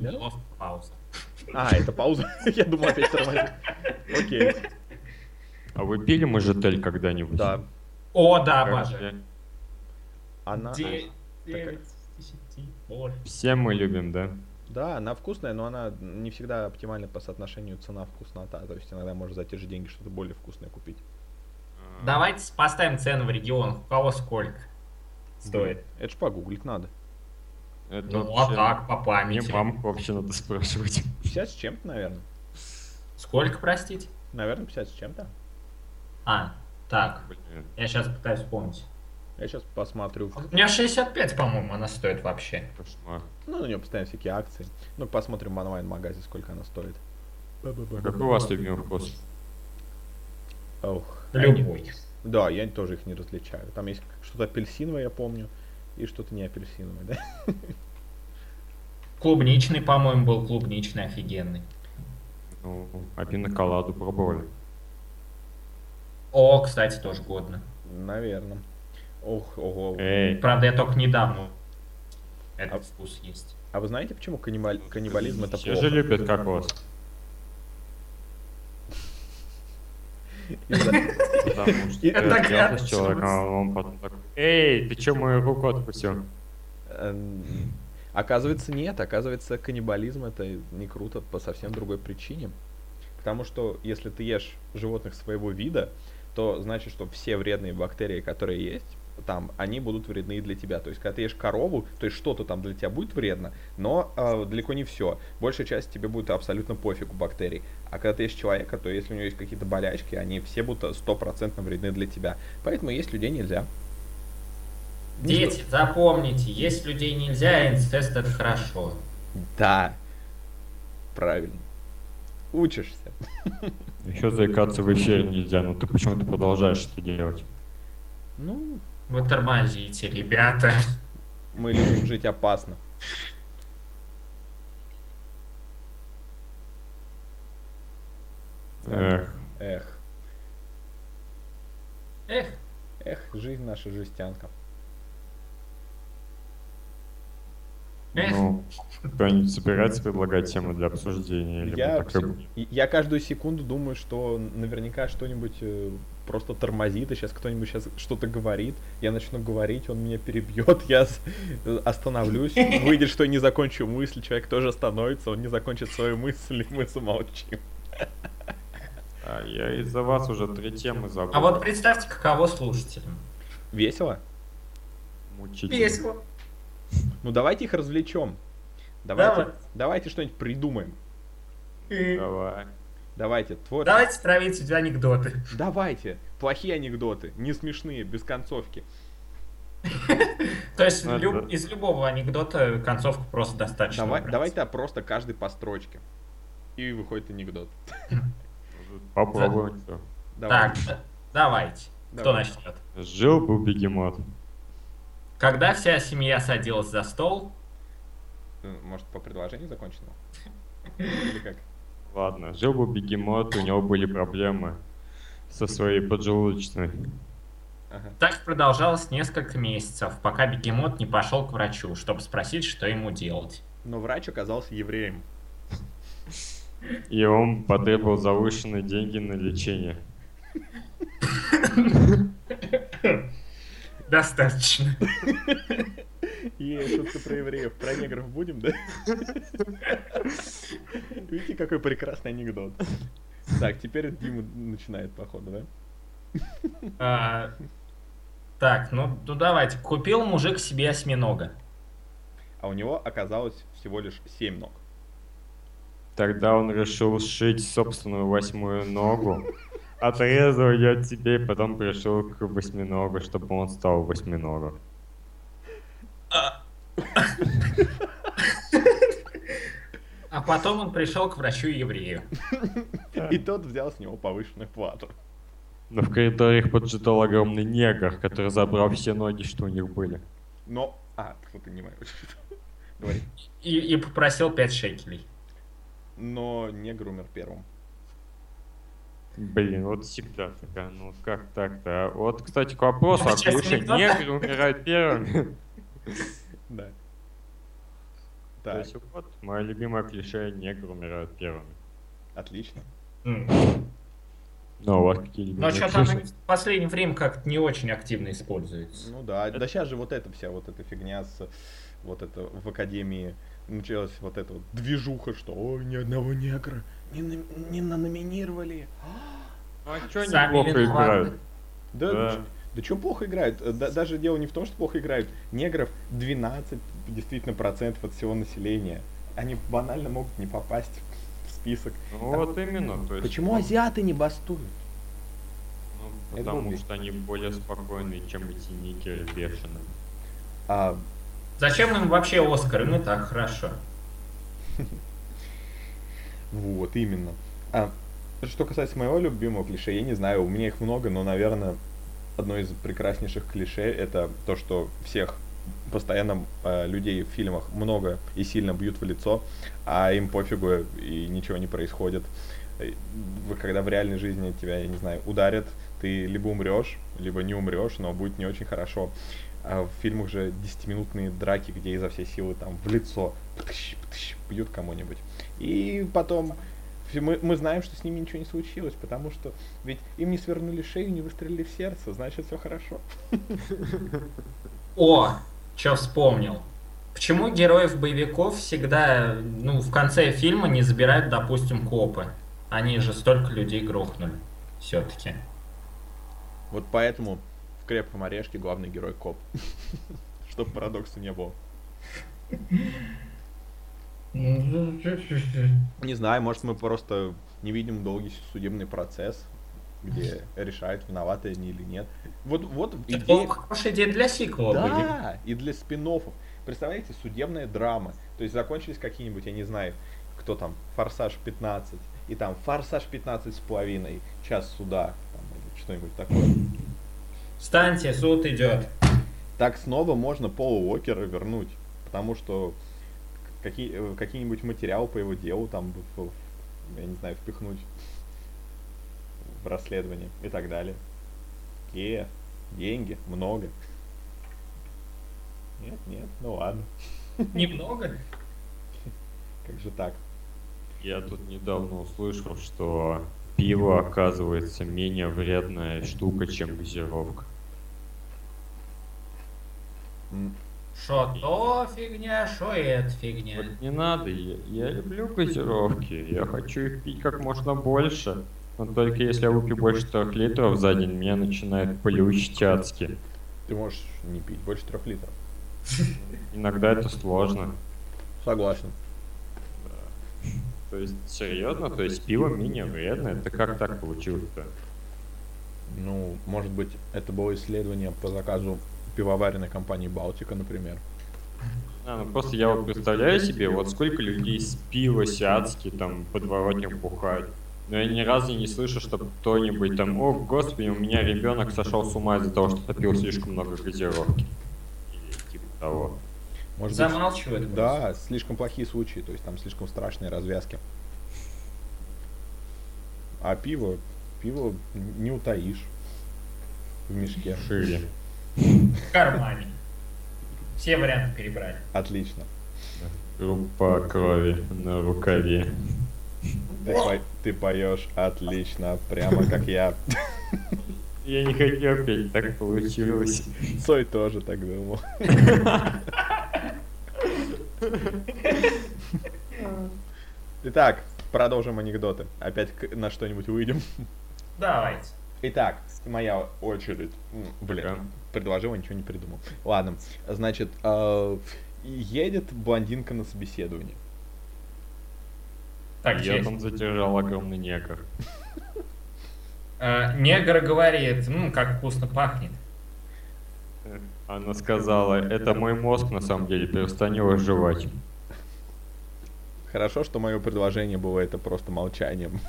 Speaker 4: Неловко пауза.
Speaker 1: А, это пауза? Я думал, опять тормозит. Окей.
Speaker 2: А вы пили мажитель когда-нибудь?
Speaker 1: Да.
Speaker 4: О, да,
Speaker 2: Как
Speaker 4: обожаю.
Speaker 2: же.
Speaker 1: Она...
Speaker 4: Де- девять из десяти. Боже.
Speaker 2: Все мы любим, да?
Speaker 1: Да, она вкусная, но она не всегда оптимальна по соотношению цена-вкуснота. То есть иногда можешь за те же деньги что-то более вкусное купить.
Speaker 4: Давайте поставим цену в регион. У кого сколько стоит?
Speaker 1: Это ж погуглить надо.
Speaker 2: Это
Speaker 4: Ну, а
Speaker 2: вообще
Speaker 4: так, по
Speaker 2: Не
Speaker 4: памяти.
Speaker 2: вам вообще надо спрашивать.
Speaker 1: 50 с чем-то, наверное.
Speaker 4: Сколько, простите?
Speaker 1: Наверное, 50 с чем-то.
Speaker 4: А, так.
Speaker 2: Блин.
Speaker 4: Я сейчас пытаюсь вспомнить.
Speaker 1: Я сейчас посмотрю.
Speaker 4: У меня 65, по-моему, она стоит вообще.
Speaker 2: Кошмар.
Speaker 1: Ну, на нее постоянно всякие акции. Ну, посмотрим в онлайн-магазе, сколько она стоит.
Speaker 2: А Какой у вас любимый вкус?
Speaker 1: Ох.
Speaker 4: Любой.
Speaker 1: Да, я тоже их не различаю. Там есть что-то апельсиновое, я помню, и что-то не апельсиновое, да?
Speaker 4: Клубничный, по-моему, был клубничный офигенный.
Speaker 2: Ну, а пиноколаду пробовали.
Speaker 4: О, кстати, тоже годно.
Speaker 1: Наверное. Ох, ого.
Speaker 2: Эй,
Speaker 4: Правда, я только недавно этот
Speaker 1: А-
Speaker 4: вкус есть.
Speaker 1: А вы знаете, почему каннибаль- каннибализм это
Speaker 2: все же
Speaker 1: плохо?
Speaker 2: любят кокос.
Speaker 1: Из-за-
Speaker 2: Потому что
Speaker 1: Это
Speaker 4: так
Speaker 2: я с
Speaker 4: рядом
Speaker 2: человеком, а он потом такой, эй, ты че мою руку отпустил?
Speaker 1: Эм, Оказывается, нет. Оказывается, каннибализм это не круто по совсем другой причине. Потому что если ты ешь животных своего вида, то значит, что все вредные бактерии, которые есть, там, они будут вредны и для тебя. То есть, когда ты ешь корову, то есть что-то там для тебя будет вредно, но э, далеко не все. Большая часть тебе будет абсолютно пофигу бактерий. А когда ты ешь человека, то если у него есть какие-то болячки, они все будут э, стопроцентно вредны для тебя. Поэтому есть людей нельзя. Не
Speaker 4: Дети, запомните, есть людей нельзя, а инцест это хорошо.
Speaker 1: Да. Правильно. Учишься.
Speaker 2: Еще заикаться в эфире нельзя, но ты почему-то продолжаешь это делать.
Speaker 1: Ну,
Speaker 4: Вы тормозите, ребята.
Speaker 1: мы любим жить опасно.
Speaker 2: Эх,
Speaker 1: Эх.
Speaker 4: Эх,
Speaker 1: Эх, жизнь наша жестянка.
Speaker 4: эх.
Speaker 2: ну, кто-нибудь собирается предлагать тему для обсуждения? Или
Speaker 1: Я,
Speaker 2: мы так и
Speaker 1: всё-
Speaker 2: будем?
Speaker 1: и- я каждую секунду думаю, что наверняка что-нибудь э, просто тормозит, и сейчас кто-нибудь сейчас что-то говорит. Я начну говорить, он меня перебьет, я с- э, остановлюсь. Выйдет, что я не закончу мысль, человек тоже остановится, он не закончит свою мысль, и мы замолчим.
Speaker 2: А я из-за вас уже три темы забыл.
Speaker 4: А вот представьте, каково слушателям.
Speaker 1: Весело?
Speaker 2: Мучительно.
Speaker 4: Весело.
Speaker 1: Ну давайте их развлечем.
Speaker 4: Давай.
Speaker 1: Давайте, давайте что-нибудь придумаем.
Speaker 2: Давай.
Speaker 1: Давайте, творчество.
Speaker 4: Давайте травить анекдоты.
Speaker 1: Давайте, плохие анекдоты, не смешные, без концовки.
Speaker 4: То есть
Speaker 2: Ну,
Speaker 4: люб-
Speaker 2: да.
Speaker 4: из любого анекдота концовку просто достаточно.
Speaker 1: Давай,
Speaker 4: брать.
Speaker 1: давай тогда просто каждый по строчке. И выходит анекдот.
Speaker 2: Попробуем. всё.
Speaker 1: Давай.
Speaker 4: Так, да- давайте. Кто
Speaker 1: Давай.
Speaker 4: начнет?
Speaker 2: Жил был бегемот.
Speaker 4: Когда вся семья садилась за стол,
Speaker 1: Э, Может, по предложению закончено? Или как?
Speaker 2: Ладно, жил был бегемот, у него были проблемы со своей поджелудочной.
Speaker 1: Ага.
Speaker 4: так продолжалось несколько месяцев, пока бегемот не пошел к врачу, чтобы спросить, что ему делать.
Speaker 1: Но врач оказался евреем.
Speaker 2: И он потребовал завышенные деньги на лечение.
Speaker 4: Достаточно.
Speaker 1: И шутка про евреев. Про негров будем, да? Видите, какой прекрасный анекдот. Так, теперь Дима начинает, походу, да?
Speaker 4: А, Так, ну, ну давайте. Купил мужик себе осьминога.
Speaker 1: А у него оказалось всего лишь семь ног.
Speaker 2: Тогда он решил сшить собственную восьмую ногу. Отрезал ее тебе, и потом пришел к восьминогу, чтобы он стал восьминогом.
Speaker 4: А потом он пришел к врачу-еврею.
Speaker 1: И тот взял с него повышенную плату.
Speaker 2: Но в коридоре их поджидал огромный негр, который забрал все ноги, что у них были.
Speaker 1: Но... А, что-то не мое. Говори.
Speaker 4: И, и попросил 5 шекелей.
Speaker 1: Но негр умер первым.
Speaker 2: Блин, вот всегда такая, ну как так-то? а? Вот, кстати, к вопросу, а
Speaker 4: Сейчас
Speaker 2: почему
Speaker 4: анекдот.
Speaker 2: негры умирают первыми?
Speaker 1: Да.
Speaker 2: То есть вот мое любимое клише негры умирают первыми.
Speaker 1: Отлично.
Speaker 4: М.
Speaker 2: Ну, а у вас какие
Speaker 4: Но
Speaker 2: любимые
Speaker 4: что-то она
Speaker 2: клише?
Speaker 4: в последнее время как-то не очень активно используется.
Speaker 1: Ну да, да сейчас же вот эта вся вот эта фигня с вот это в академии началась вот эта вот движуха, что ой, ни одного негра не, нам- не номинировали.
Speaker 2: Ну, а чё они
Speaker 4: Сами
Speaker 2: плохо
Speaker 4: виноваты.
Speaker 2: играют?
Speaker 1: Да,
Speaker 2: Да.
Speaker 1: да. что плохо играют? Э, да- даже дело не в том, что плохо играют. Негров 12 действительно процентов от всего населения. Они банально могут не попасть в список.
Speaker 2: Ну, вот именно. То есть,
Speaker 1: Почему азиаты не бастуют?
Speaker 2: ну,
Speaker 1: Это
Speaker 2: потому
Speaker 1: глупость.
Speaker 2: что они более спокойные, чем эти никеры бешеные.
Speaker 1: А,
Speaker 4: Зачем им вообще Оскар? Им и так хорошо.
Speaker 1: Вот, именно. А, что касается моего любимого клише, я не знаю, у меня их много, но, наверное, одно из прекраснейших клише это то, что всех постоянно э, людей в фильмах много и сильно бьют в лицо, а им пофигу и ничего не происходит. Э, вы- Когда в реальной жизни тебя, я не знаю, ударят, ты либо умрешь, либо не умрешь, но будет не очень хорошо. А в фильмах же 10-минутные драки, где изо всей силы там в лицо птыщ, птыщ, бьют кому-нибудь. И потом фи- мы, мы знаем, что с ними ничего не случилось, потому что ведь им не свернули шею, не выстрелили в сердце, значит все хорошо.
Speaker 4: О, что вспомнил. Почему героев боевиков всегда, ну, в конце фильма не забирают, допустим, копы? Они же столько людей грохнули. Все-таки.
Speaker 1: Вот поэтому в крепком орешке главный герой коп. Чтоб парадокса не было. Не знаю, может мы просто не видим долгий судебный процесс, где решают, виноваты они или нет. Вот, вот
Speaker 4: Это
Speaker 1: идея-
Speaker 4: была хорошая идея для сиквела. боевика.
Speaker 1: Да, и для спин Представляете, судебная драма. То есть закончились какие-нибудь, я не знаю, кто там, Форсаж 15, и там Форсаж 15 с половиной, час суда, там, или что-нибудь такое.
Speaker 4: Встаньте, суд идет.
Speaker 1: Так снова можно Пола Уокера вернуть, потому что к- какие, э, какие-нибудь материалы по его делу там, в- в- я не знаю, впихнуть в расследование и так далее. Е, деньги, много. Нет, нет, ну ладно.
Speaker 4: Немного?
Speaker 1: Как же так?
Speaker 2: Я тут недавно услышал, что пиво оказывается менее вредная штука, чем газировка.
Speaker 1: М,
Speaker 4: Шо то фигня, шо это фигня.
Speaker 2: Вот не надо, я, я люблю газировки, я хочу их пить как можно больше. Но только если я выпью больше трех литров за день, меня начинает плющить адски.
Speaker 1: Ты можешь не пить больше трех литров.
Speaker 2: Иногда это сложно.
Speaker 1: Согласен.
Speaker 2: То есть, серьезно, то есть пиво менее вредное? Это как так получилось-то?
Speaker 1: Ну, может быть, это было исследование по заказу пивоваренной компании Балтика, например.
Speaker 2: А, ну просто я вот представляю себе, вот сколько людей с пива сядски там подворотням бухают. Но я ни разу не слышу, что кто-нибудь там, о, господи, у меня ребенок сошел с ума из-за того, что попил слишком много газировки. Или типа того.
Speaker 1: Может быть,
Speaker 4: Замалчивают.
Speaker 1: да, слишком плохие случаи, то есть там слишком страшные развязки. А пиво, пиво н- не утаишь в мешке.
Speaker 2: Шире.
Speaker 4: В кармане. Все варианты перебрали.
Speaker 1: Отлично.
Speaker 2: Группа крови на рукаве.
Speaker 1: Ты, по- ты поешь отлично, прямо как я.
Speaker 2: Я не хотел петь, так получилось.
Speaker 1: Цой тоже так думал. Итак, продолжим анекдоты. Опять к- на что-нибудь выйдем.
Speaker 4: Давайте.
Speaker 1: Итак, моя очередь. М, Блин,
Speaker 2: Да.
Speaker 1: предложил, а ничего не придумал. Ладно, значит, э, едет блондинка на собеседование.
Speaker 4: Так,
Speaker 2: я
Speaker 4: есть.
Speaker 2: там задержал огромный негр.
Speaker 4: Э, негр говорит, ну, как вкусно пахнет.
Speaker 2: Она сказала, это мой мозг на самом деле, перестань его жевать.
Speaker 1: Хорошо, что мое предложение было это просто молчанием.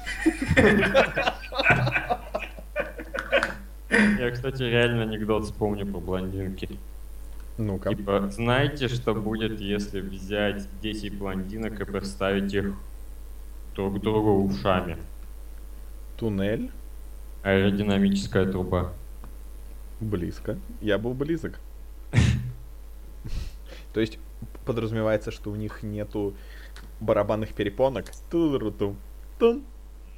Speaker 2: Я, кстати, реально анекдот вспомню по блондинке.
Speaker 1: Ну-ка.
Speaker 2: Типа, знаете, что будет, если взять 10 блондинок и поставить их друг другу ушами?
Speaker 1: Туннель
Speaker 2: Аэродинамическая труба.
Speaker 1: близко. Я был близок. То есть подразумевается, что у них нету барабанных перепонок. Ту-ру-ту. Тун.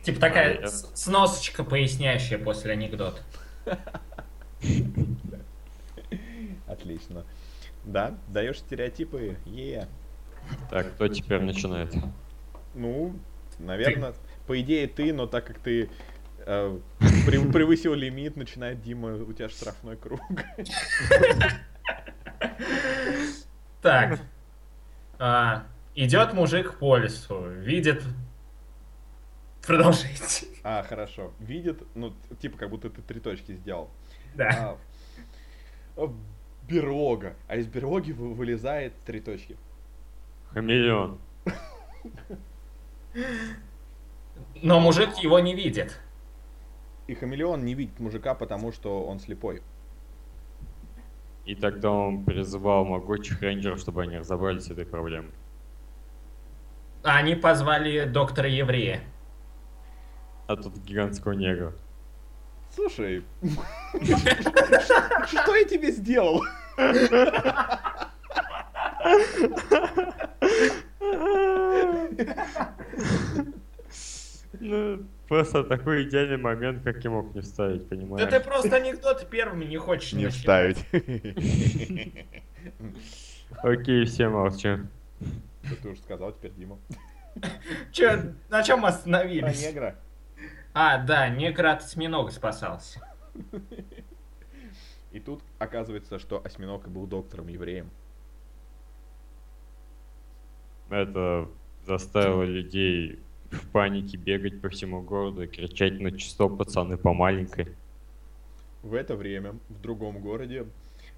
Speaker 4: Типа такая
Speaker 2: я-
Speaker 4: с- сносочка поясняющая после анекдота.
Speaker 1: Отлично. Да, даешь стереотипы. Е.
Speaker 2: Так, кто теперь начинает?
Speaker 1: Ну, наверное, по идее ты, но так как ты э, прев- превысил лимит, начинает Дима, у тебя штрафной круг.
Speaker 4: Так. А, идет мужик по лесу, видит... Продолжайте.
Speaker 1: А, хорошо. Видит, ну, т- типа, как будто ты три точки сделал.
Speaker 4: Да.
Speaker 1: А, а, берлога. А из берлоги вы- вылезает три точки.
Speaker 2: Хамелеон.
Speaker 4: Но мужик его не видит.
Speaker 1: И хамелеон не видит мужика, потому что он слепой.
Speaker 2: И тогда он призывал могучих рейнджеров, чтобы они разобрались с этой проблемой.
Speaker 4: А Они позвали доктора еврея.
Speaker 2: А тут гигантского негра.
Speaker 1: Слушай, что я тебе сделал?
Speaker 2: Ну, просто такой идеальный момент, как я мог не вставить,
Speaker 4: Да ты
Speaker 2: понимаешь?
Speaker 4: просто анекдоты первыми не хочешь
Speaker 3: Не
Speaker 4: начинать.
Speaker 3: вставить.
Speaker 2: Окей, все молчим.
Speaker 1: Да Ты уже сказал, теперь Дима.
Speaker 4: Че, на чем
Speaker 1: А,
Speaker 4: остановились?
Speaker 1: негра.
Speaker 4: А, да, некрат осьминога спасался.
Speaker 1: И тут оказывается, что осьминог и был доктором-евреем.
Speaker 2: Это заставило людей в панике бегать по всему городу и кричать на число пацаны по маленькой.
Speaker 1: В это время в другом городе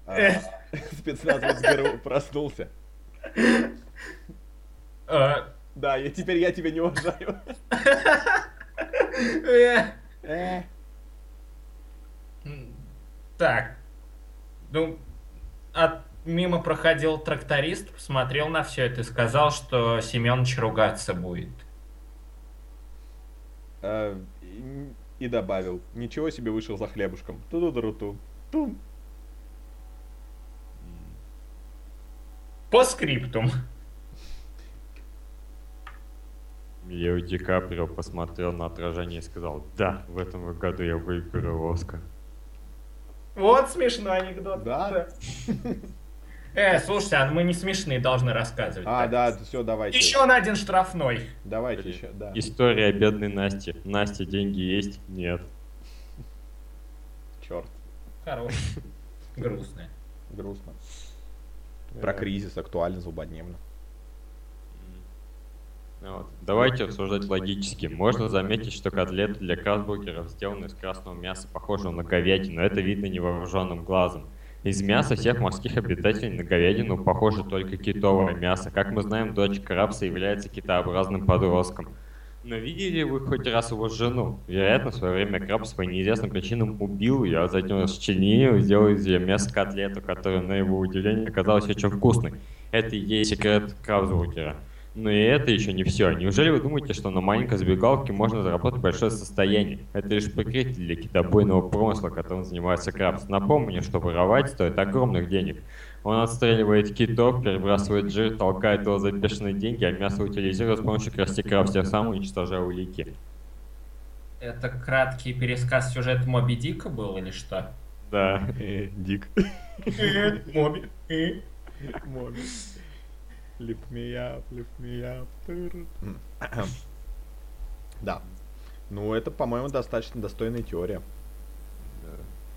Speaker 1: а, спецназовец ГРУ проснулся.
Speaker 4: Э,
Speaker 1: Да, я, теперь я тебя не уважаю.
Speaker 4: э,
Speaker 1: Э,
Speaker 4: м, Так. Ну, от- мимо проходил тракторист, посмотрел на все это и сказал, что Семенович ругаться будет.
Speaker 1: э, И и добавил. Ничего себе вышел за хлебушком. Ту-ду-ду-ру-ту. Тум.
Speaker 4: По скриптум.
Speaker 2: Лео Ди Каприо посмотрел на отражение и сказал, да, в этом году я выиграю Оскар.
Speaker 4: Вот смешной анекдот.
Speaker 1: Да?
Speaker 4: Э, слушайте, а мы не смешные должны рассказывать.
Speaker 1: А,
Speaker 4: Так.
Speaker 1: да, все, давайте.
Speaker 4: Еще на один штрафной.
Speaker 1: Давайте
Speaker 2: Блин.
Speaker 1: еще, да.
Speaker 2: История о бедной Насти. Настя, деньги есть? Нет.
Speaker 1: Черт,
Speaker 4: Хорош. Грустная.
Speaker 1: грустно. Про кризис актуально зубодневно.
Speaker 2: Ну вот. Давайте обсуждать логически. Можно заметить, что котлеты для красбургеров сделаны из красного мяса, похожего на говядину. Это видно невооруженным глазом. Из мяса всех морских обитателей на говядину похоже только китовое мясо. Как мы знаем, дочь Крабса является китообразным подростком. Но видели ли вы хоть раз его жену? Вероятно, в свое время Крабс по неизвестным причинам убил ее, а затем расчленил и сделал из ее мяса котлету, которая, на его удивление, оказалась очень вкусной. Это и есть секрет Крабсбургера. Но и это еще не все. Неужели вы думаете, что на маленькой забегалке можно заработать большое состояние? Это лишь прикрытие для китобойного промысла, которым занимается Крабс. Напомню, что воровать стоит огромных денег. Он отстреливает китов, перебрасывает жир, толкает его за бешеные деньги, а мясо утилизирует с помощью красти Крабс, тем самым уничтожая улики.
Speaker 4: Это краткий пересказ сюжета Моби Дика был или что?
Speaker 2: Да.
Speaker 1: Дик.
Speaker 4: Э, Моби.
Speaker 1: Lift me up, lift me up. Да. Ну, это, по-моему, достаточно достойная теория.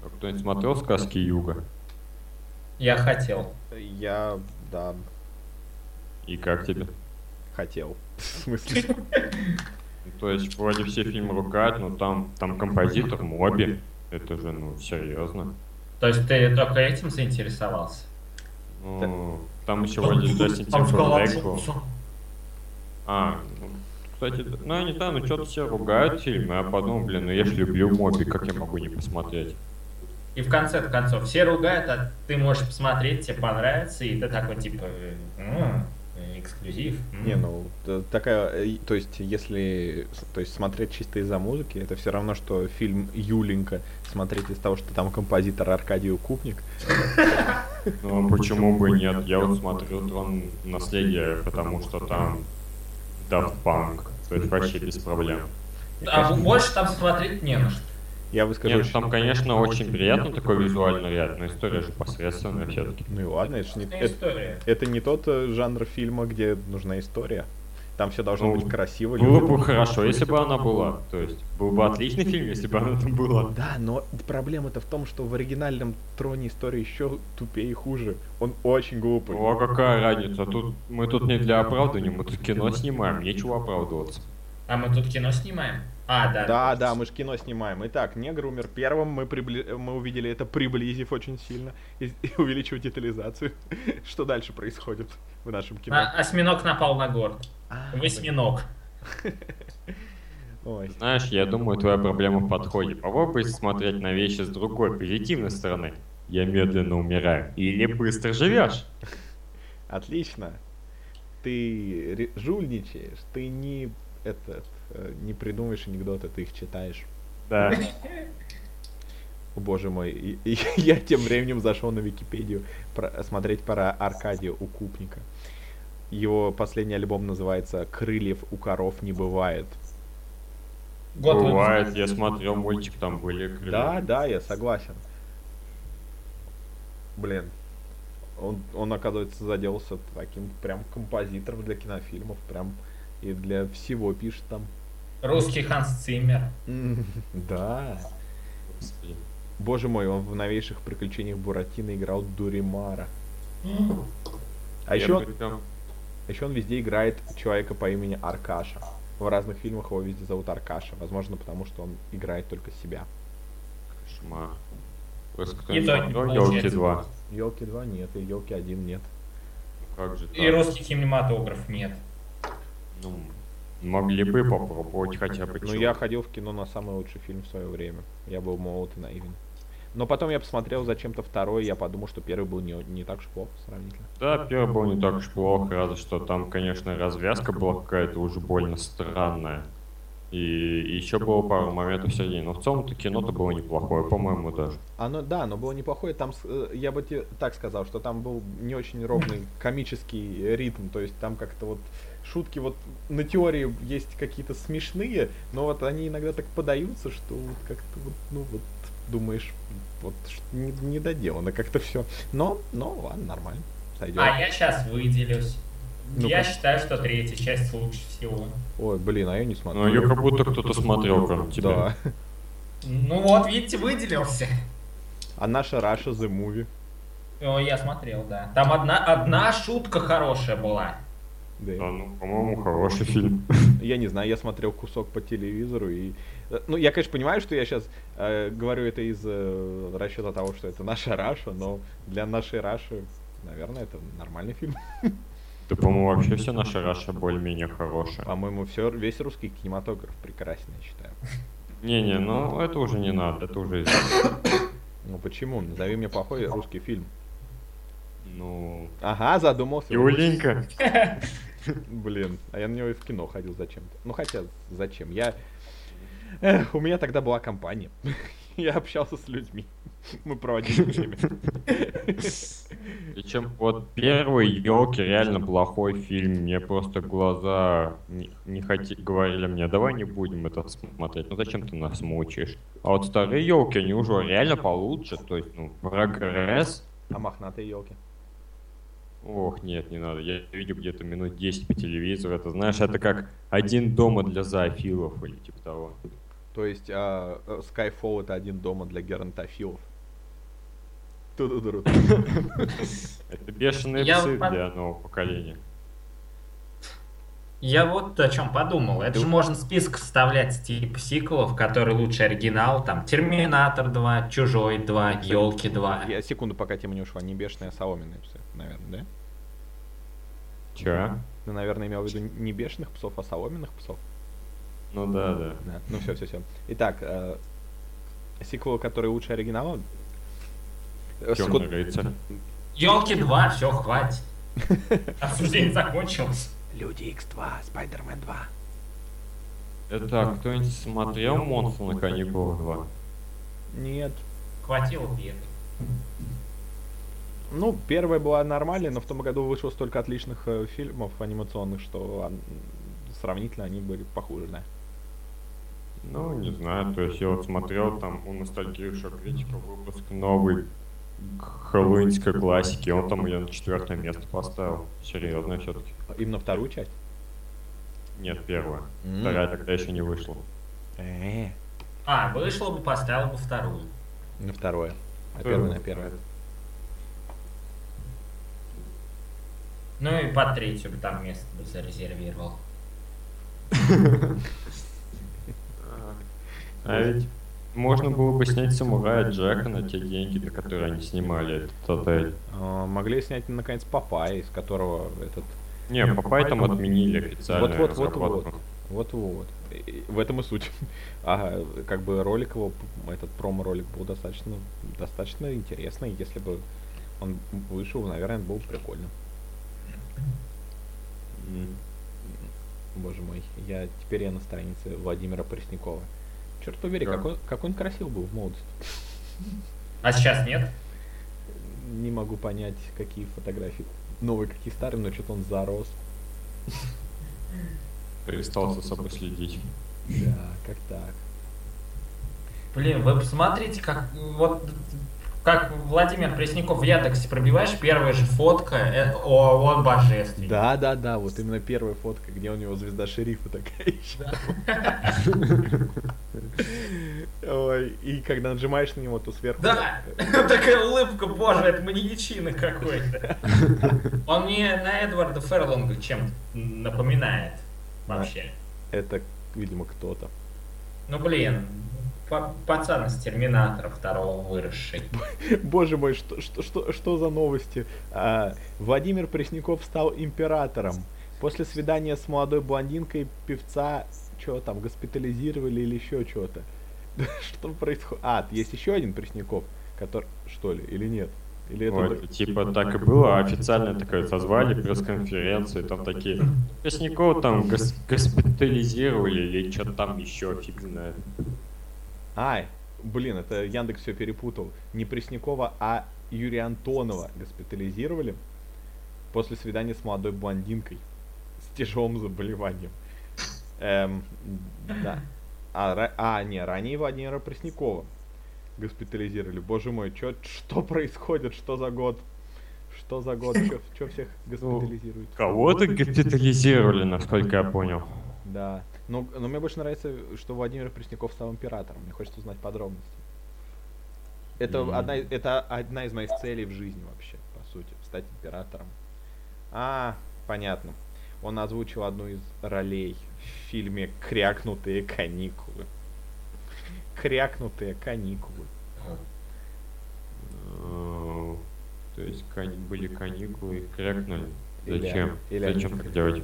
Speaker 2: А Кто-нибудь смотрел сказки Юга?
Speaker 4: Я хотел.
Speaker 1: Я, да,
Speaker 2: И как тебе?
Speaker 1: хотел. В смысле?
Speaker 2: Ну, То есть вроде все фильмы ругают, но там, там композитор Моби. Это же, ну, серьезно.
Speaker 4: То есть ты только этим заинтересовался?
Speaker 2: Ну, там еще вроде Джастин Тимберлейк был. А, ну, кстати, да. ну они там, ну что-то все ругают фильмы, а потом, блин, ну я ж люблю Моби, как я могу не посмотреть?
Speaker 4: И в конце концов все ругают, а ты можешь посмотреть, тебе понравится, и ты такой типа э, «М, э, эксклюзив. м».
Speaker 1: Не, ну, т- такая, э, то есть, если, с- то есть, смотреть чисто из-за музыки, это все равно, что фильм Юленька смотреть из того, что там композитор Аркадий Укупник.
Speaker 2: Ну, почему бы нет? Я вот смотрю «Трон. Наследие», потому что там Daft Punk. То есть вообще без проблем.
Speaker 4: А больше там смотреть не на что.
Speaker 1: Я выскажу
Speaker 2: Нет,
Speaker 1: очень...
Speaker 2: там, конечно, очень приятно такой визуальный ряд, но история же посредственная все-таки.
Speaker 1: Ну и ладно, это, ж не...
Speaker 4: Это
Speaker 1: это,
Speaker 4: история.
Speaker 1: это не тот э, жанр фильма, где нужна история. Там все должно
Speaker 2: Ну,
Speaker 1: быть красиво.
Speaker 2: Было
Speaker 1: люди-
Speaker 2: бы хорошо, если бы она была. То есть был бы отличный фильм, если бы она там была.
Speaker 1: Да, но проблема-то в том, что в оригинальном троне история еще тупее и хуже. Он очень глупый.
Speaker 2: О, какая разница? Тут мы тут не для оправдания, мы тут кино снимаем, нечего оправдываться.
Speaker 4: А мы тут кино снимаем? А, да.
Speaker 1: Да, да, мы же кино снимаем. Итак, негр умер первым, мы, прибли- мы увидели это, приблизив очень сильно, и, и увеличив детализацию. Что дальше происходит в нашем кино?
Speaker 4: А- осьминог напал на город.
Speaker 1: А,
Speaker 4: Восьминог.
Speaker 1: Ой,
Speaker 2: Знаешь, я думаю, твоя проблема в подходе. Попробуй смотреть на вещи с другой, позитивной стороны. Я медленно умираю. Или быстро живешь.
Speaker 1: отлично. Ты ре- жульничаешь, ты не этот, э, не придумываешь анекдоты, ты их читаешь.
Speaker 2: Да.
Speaker 1: О, боже мой, и- и я тем временем зашел на Википедию про- смотреть про Аркадия Укупника. Его последний альбом называется «Крыльев у коров не бывает».
Speaker 4: Год
Speaker 2: Бывает, я смотрел мультик, там были крылья.
Speaker 1: Да, да, я согласен. Блин, он, он оказывается, заделся таким прям композитором для кинофильмов, прям и для всего пишет там.
Speaker 4: выпуска. Русский Ханс Циммер.
Speaker 1: М, Да.
Speaker 2: Господи.
Speaker 1: Боже мой, он в новейших приключениях Буратино играл Дуримара. А
Speaker 2: Я
Speaker 1: еще,
Speaker 2: причём-
Speaker 1: еще он везде играет человека по имени Аркаша. В разных фильмах его везде зовут Аркаша. Возможно, потому что он играет только себя.
Speaker 2: Кошмар. Просто
Speaker 4: И
Speaker 2: кто-нибудь
Speaker 4: то не
Speaker 2: смотрел
Speaker 4: получается.
Speaker 2: «Елки 2».
Speaker 1: Елки 2 нет, и елки 1 нет.
Speaker 2: Ну, Как же
Speaker 4: И
Speaker 2: так?
Speaker 4: русский кинематограф нет.
Speaker 2: Ну, могли бы попробовать хотя бы.
Speaker 1: Ну, я ходил в кино на самый лучший фильм в свое время. Я был молод и наивен. Но потом я посмотрел зачем-то второй, и я подумал, что первый был не, не так уж плохо сравнительно.
Speaker 2: Да, первый был не так уж плохо, разве что там, конечно, развязка была какая-то уже больно странная. И еще было пару моментов в середине, но в целом-то кино-то было неплохое, по-моему, даже.
Speaker 1: Оно, да, оно было неплохое. Там, с- э, я бы тебе так сказал, что там был не очень ровный комический э, ритм. То есть там как-то вот шутки вот на теории есть какие-то смешные, но вот они иногда так подаются, что вот как-то вот, ну вот думаешь, вот ш- не, не доделано как-то все. Но, но ладно, нормально. Сойдет.
Speaker 4: А я сейчас выделюсь.
Speaker 1: Ну-ка.
Speaker 4: я считаю, что третья часть лучше всего.
Speaker 1: Ой, блин, а я не смотрел.
Speaker 2: Но ее как будто кто-то смотрел, кроме тебя.
Speaker 1: Да.
Speaker 4: Ну вот, видите, выделился.
Speaker 1: А наша Раша The Movie.
Speaker 4: О, я смотрел, да. Там одна, одна шутка хорошая была.
Speaker 2: Да,
Speaker 1: Да.
Speaker 2: ну, по-моему, хороший фильм.
Speaker 1: Я не знаю, я смотрел кусок по телевизору и... э, Ну, я, конечно, понимаю, что я сейчас говорю это из э, расчета того, что это наша Раша, но для нашей Раши, наверное, это нормальный фильм.
Speaker 2: Да, по-моему, вообще все наши Раша более-менее хорошие.
Speaker 1: По-моему, все, весь русский кинематограф прекрасен, я считаю.
Speaker 2: Не-не, ну это уже не надо, это уже... из-
Speaker 1: Ну почему? Назови мне плохой русский фильм.
Speaker 2: Ну...
Speaker 1: Ага, задумался.
Speaker 2: Юленька!
Speaker 1: Блин, а я на него и в кино ходил зачем-то. Ну хотя, зачем? Я... Эх, у меня тогда была компания. Я общался с людьми. Мы проводили время.
Speaker 2: Причем вот первый елки реально плохой фильм. Мне просто глаза не, не хоти- говорили мне, давай не будем это смотреть. Ну зачем ты нас мучаешь? А вот старые елки, они уже реально получше. То есть, ну, прогресс.
Speaker 1: А мохнатые елки.
Speaker 2: Ох, нет, не надо. Я видел где-то минут 10 по телевизору. Это, знаешь, это как один дома для зоофилов или типа того.
Speaker 1: То есть а, э, Skyfall это один дома для геронтофилов. Ту-ду-ду-ру.
Speaker 2: Это бешеные
Speaker 4: Я
Speaker 2: псы
Speaker 4: под-
Speaker 2: для нового поколения.
Speaker 4: Я вот о чем подумал. Это же можно список вставлять типа сиквелов, которые лучше оригинал. Там Терминатор 2, Чужой 2, Елки 2.
Speaker 1: Я секунду, пока тема не ушла. Не бешеные, а соломенные псы, наверное, да?
Speaker 2: Че?
Speaker 1: Ну, наверное, имел в виду не бешеных псов, а соломенных псов.
Speaker 2: Ну да, да.
Speaker 1: Да. Ну все, все, все. Итак, э, сиквел, который лучше оригинала. Э, Скот-
Speaker 2: Темный рыцарь.
Speaker 4: Елки 2, все, хватит. Обсуждение закончилось.
Speaker 1: Люди X2, Спайдермен 2.
Speaker 2: Это а, кто-нибудь смотрел «Монстры на каникулах 2»?
Speaker 1: Нет.
Speaker 4: Хватило пьеты.
Speaker 1: Ну, первая была нормальная, но в том году вышло столько отличных э, фильмов анимационных, что а, сравнительно они были похожи, да.
Speaker 2: Ну, не знаю, то есть я вот смотрел там у ностальгирующего критика выпуск новый хэллоуинской классики, он там ее на четвертое место поставил. Серьезно все-таки.
Speaker 1: Именно вторую часть?
Speaker 2: Нет, первая. Вторая тогда еще не вышла.
Speaker 1: Э,
Speaker 4: А, вышло бы, поставил бы вторую.
Speaker 1: На второе. А первое на первое.
Speaker 4: Ну и по третью бы там место бы зарезервировал.
Speaker 2: А ведь можно было бы снять самурая Джека на те деньги, на которые они снимали этот отель.
Speaker 1: А, Могли снять, наконец, Папай, из которого этот...
Speaker 2: Не, Папай там отменили официально
Speaker 1: Вот- вот- вот-
Speaker 2: разработку.
Speaker 1: Вот-вот. И- и В этом и суть. А как бы ролик его, п- этот промо-ролик был достаточно, достаточно интересный. Если бы он вышел, наверное, было бы прикольно.
Speaker 2: М.
Speaker 1: Боже мой, я теперь я на странице Владимира Преснякова. Черт побери,
Speaker 2: Да.
Speaker 1: какой, какой он красив был в молодости.
Speaker 4: А сейчас нет?
Speaker 1: Не могу понять, какие фотографии новые, какие старые, но что-то он зарос.
Speaker 2: Перестал за собой следить.
Speaker 1: Да, как так?
Speaker 4: Блин, вы посмотрите, как вот как Владимир Пресняков в Яндексе пробиваешь, первая же фотка, э, о, он божественный.
Speaker 1: Да, да, да, вот именно первая фотка, где у него звезда шерифа такая еще. Ой, и когда нажимаешь на него, то сверху...
Speaker 4: Да, такая улыбка, боже, это маньячина какой-то. Он мне на Эдварда Ферлонга чем-то напоминает вообще.
Speaker 1: Это, видимо, кто-то.
Speaker 4: Ну блин, па- пацан из Терминатора второго выросший.
Speaker 1: Боже мой, что, что, что, что за новости? А, Владимир Пресняков стал императором. После свидания с молодой блондинкой певца, что там, госпитализировали или еще что-то. Что происходит? А, есть еще один Пресняков, который, что ли, или нет? Или это...
Speaker 2: Вот,
Speaker 1: д-
Speaker 2: типа так и было, а официально такое созвали пресс-конференцию, там такие Преснякова там гос- госпитализировали или что-то там еще, фиг знает.
Speaker 1: Ай, блин, это Яндекс все перепутал. Не Преснякова, а Юрия Антонова госпитализировали после свидания с молодой блондинкой с тяжелым заболеванием. Эм, да. А, ра- а, не, ранее Владимира Преснякова госпитализировали. Боже мой, чё, что происходит? Что за год? Что за год? Что всех госпитализируют?
Speaker 2: Кого-то госпитализировали, насколько я понял.
Speaker 1: Да. Но, но мне больше нравится, что Владимир Пресняков стал императором. Мне хочется узнать подробности. Это,
Speaker 2: М.
Speaker 1: одна, и- это одна из моих целей в жизни вообще, по сути, стать императором. А, понятно. Он озвучил одну из ролей в фильме «Крякнутые каникулы». «Крякнутые каникулы».
Speaker 2: Э, То есть кани- были каникулы и крякнули.
Speaker 1: Или-
Speaker 2: Зачем?
Speaker 1: или
Speaker 2: Зачем
Speaker 1: они-
Speaker 2: так делать?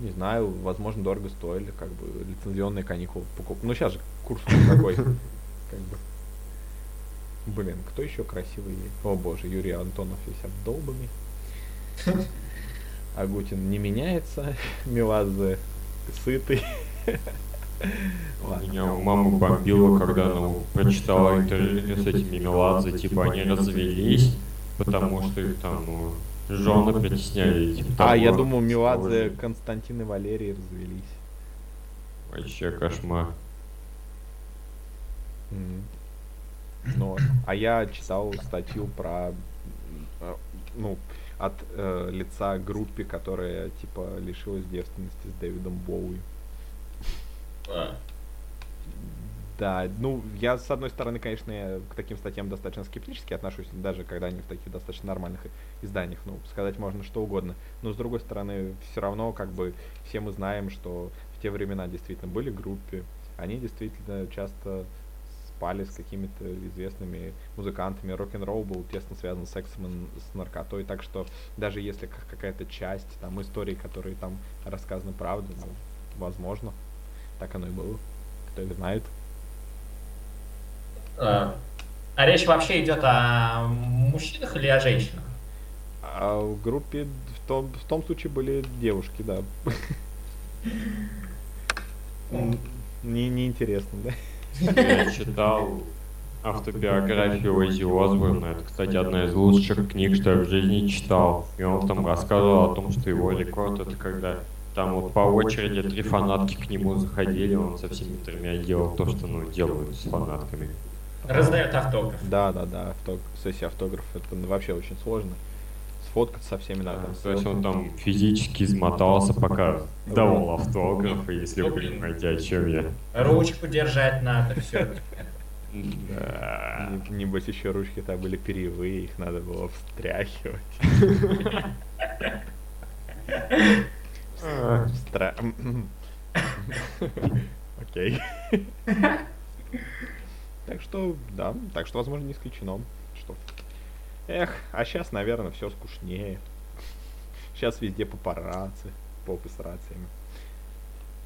Speaker 1: Не знаю, возможно, дорого стоили, как бы, лицензионные каникулы покупать. Ну, сейчас же курс у них такой, как бы. Блин, кто еще красивый? есть? О боже, Юрий Антонов весь обдолбанный. Агутин не меняется, Меладзе сытый. Ладно.
Speaker 2: Меня мама бомбила, когда она прочитала интервью с этими Меладзе, типа они развелись, потому что их там ну, жены притесняли. типа
Speaker 1: А, я
Speaker 2: того.
Speaker 1: думал, Меладзе, Константин и Валерий развелись.
Speaker 2: Вообще кошмар.
Speaker 1: Мгм. Ну, а я читал статью про, м, э, ну, от э, лица группе, которая, типа, лишилась девственности с Дэвидом Боуи.
Speaker 4: Э,
Speaker 1: Да, ну, я, с одной стороны, конечно, я к таким статьям достаточно скептически отношусь, даже когда они в таких достаточно нормальных и- изданиях, ну, сказать можно что угодно. Но, с другой стороны, все равно, как бы, все мы знаем, что в те времена действительно были группы, они действительно часто спали с какими-то известными музыкантами, рок-н-ролл был тесно связан с сексом и н- с наркотой, так что даже если как- какая-то часть там истории, которые там рассказаны, правда, ну, возможно, так оно и было, кто их знает.
Speaker 4: А а речь вообще идет о мужчинах или о женщинах?
Speaker 1: А в группе в том, в том случае были девушки, да. М, Не, неинтересно, да?
Speaker 2: Я читал автобиографию Оззи Осборна. Это, кстати, одна из лучших книг, что я в жизни читал. И он там рассказывал о том, что его рекорд — это когда там вот по очереди три фанатки к нему заходили, он со всеми тремя делал то, что ну, делают с фанатками.
Speaker 4: Раздают автограф.
Speaker 1: Да, да, да, автограф, сессия автограф, это вообще очень сложно. Сфоткаться со всеми надо.
Speaker 2: А, то есть он там физически измотался, пока давал автографы, если вы понимаете, о чем я.
Speaker 4: Ручку держать надо, все.
Speaker 1: Да. Небось еще ручки там были перьевые, их надо было встряхивать. Стра... Окей. Так что, да, так что, возможно, не исключено. Что? Эх, а сейчас, наверное, все скучнее. Сейчас везде папарацци, попы с рациями.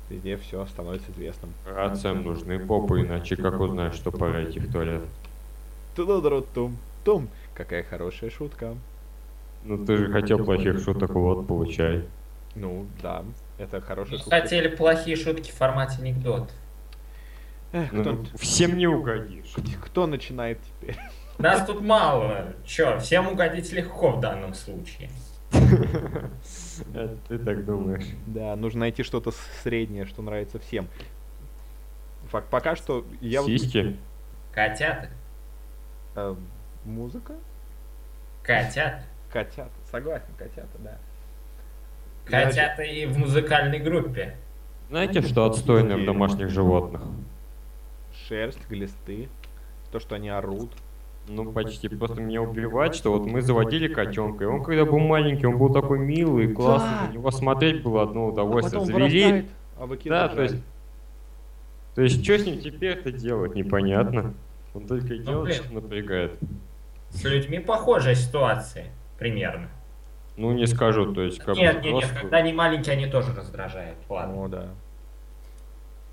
Speaker 1: Везде все становится известным.
Speaker 2: Рациям нужны попы, иначе как узнаешь, что пора идти в туалет.
Speaker 1: Тудоротум, тум, какая хорошая шутка.
Speaker 2: Ну ты же хотел плохих шуток, вот получай.
Speaker 1: Ну, да, это хорошая
Speaker 4: шутка. Хотели плохие шутки в формате анекдот.
Speaker 2: Эх, кто... ну, всем не угодишь.
Speaker 1: Кто начинает теперь?
Speaker 4: Нас тут мало. Чё, всем угодить легко в данном случае.
Speaker 2: А Ты так думаешь.
Speaker 1: Да, нужно найти что-то среднее, что нравится всем. Факт, пока что я...
Speaker 2: Сиськи?
Speaker 4: Котята.
Speaker 1: Э, музыка?
Speaker 4: Котят.
Speaker 1: Котята, согласен, котята, да.
Speaker 4: Котята и в музыкальной группе.
Speaker 2: Знаете, что Ну, отстойно в домашних животных?
Speaker 1: Шерсть, глисты, то, что они орут.
Speaker 2: Ну, почти. Просто меня убивать, что вот мы заводили котенка, и он когда был маленький, он был такой милый, классный, да. на него смотреть было одно удовольствие.
Speaker 1: А
Speaker 2: Завели.
Speaker 1: а
Speaker 2: да, то есть. То есть, что с ним теперь-то делать, непонятно. Он только и делает,
Speaker 4: Ну, блин.
Speaker 2: что напрягает.
Speaker 4: С людьми похожая ситуация, примерно.
Speaker 2: Ну, не скажу, то есть, как
Speaker 4: нет,
Speaker 2: бы
Speaker 4: нет,
Speaker 2: просто-
Speaker 4: нет, когда они маленькие, они тоже раздражают. Ладно.
Speaker 1: О, да.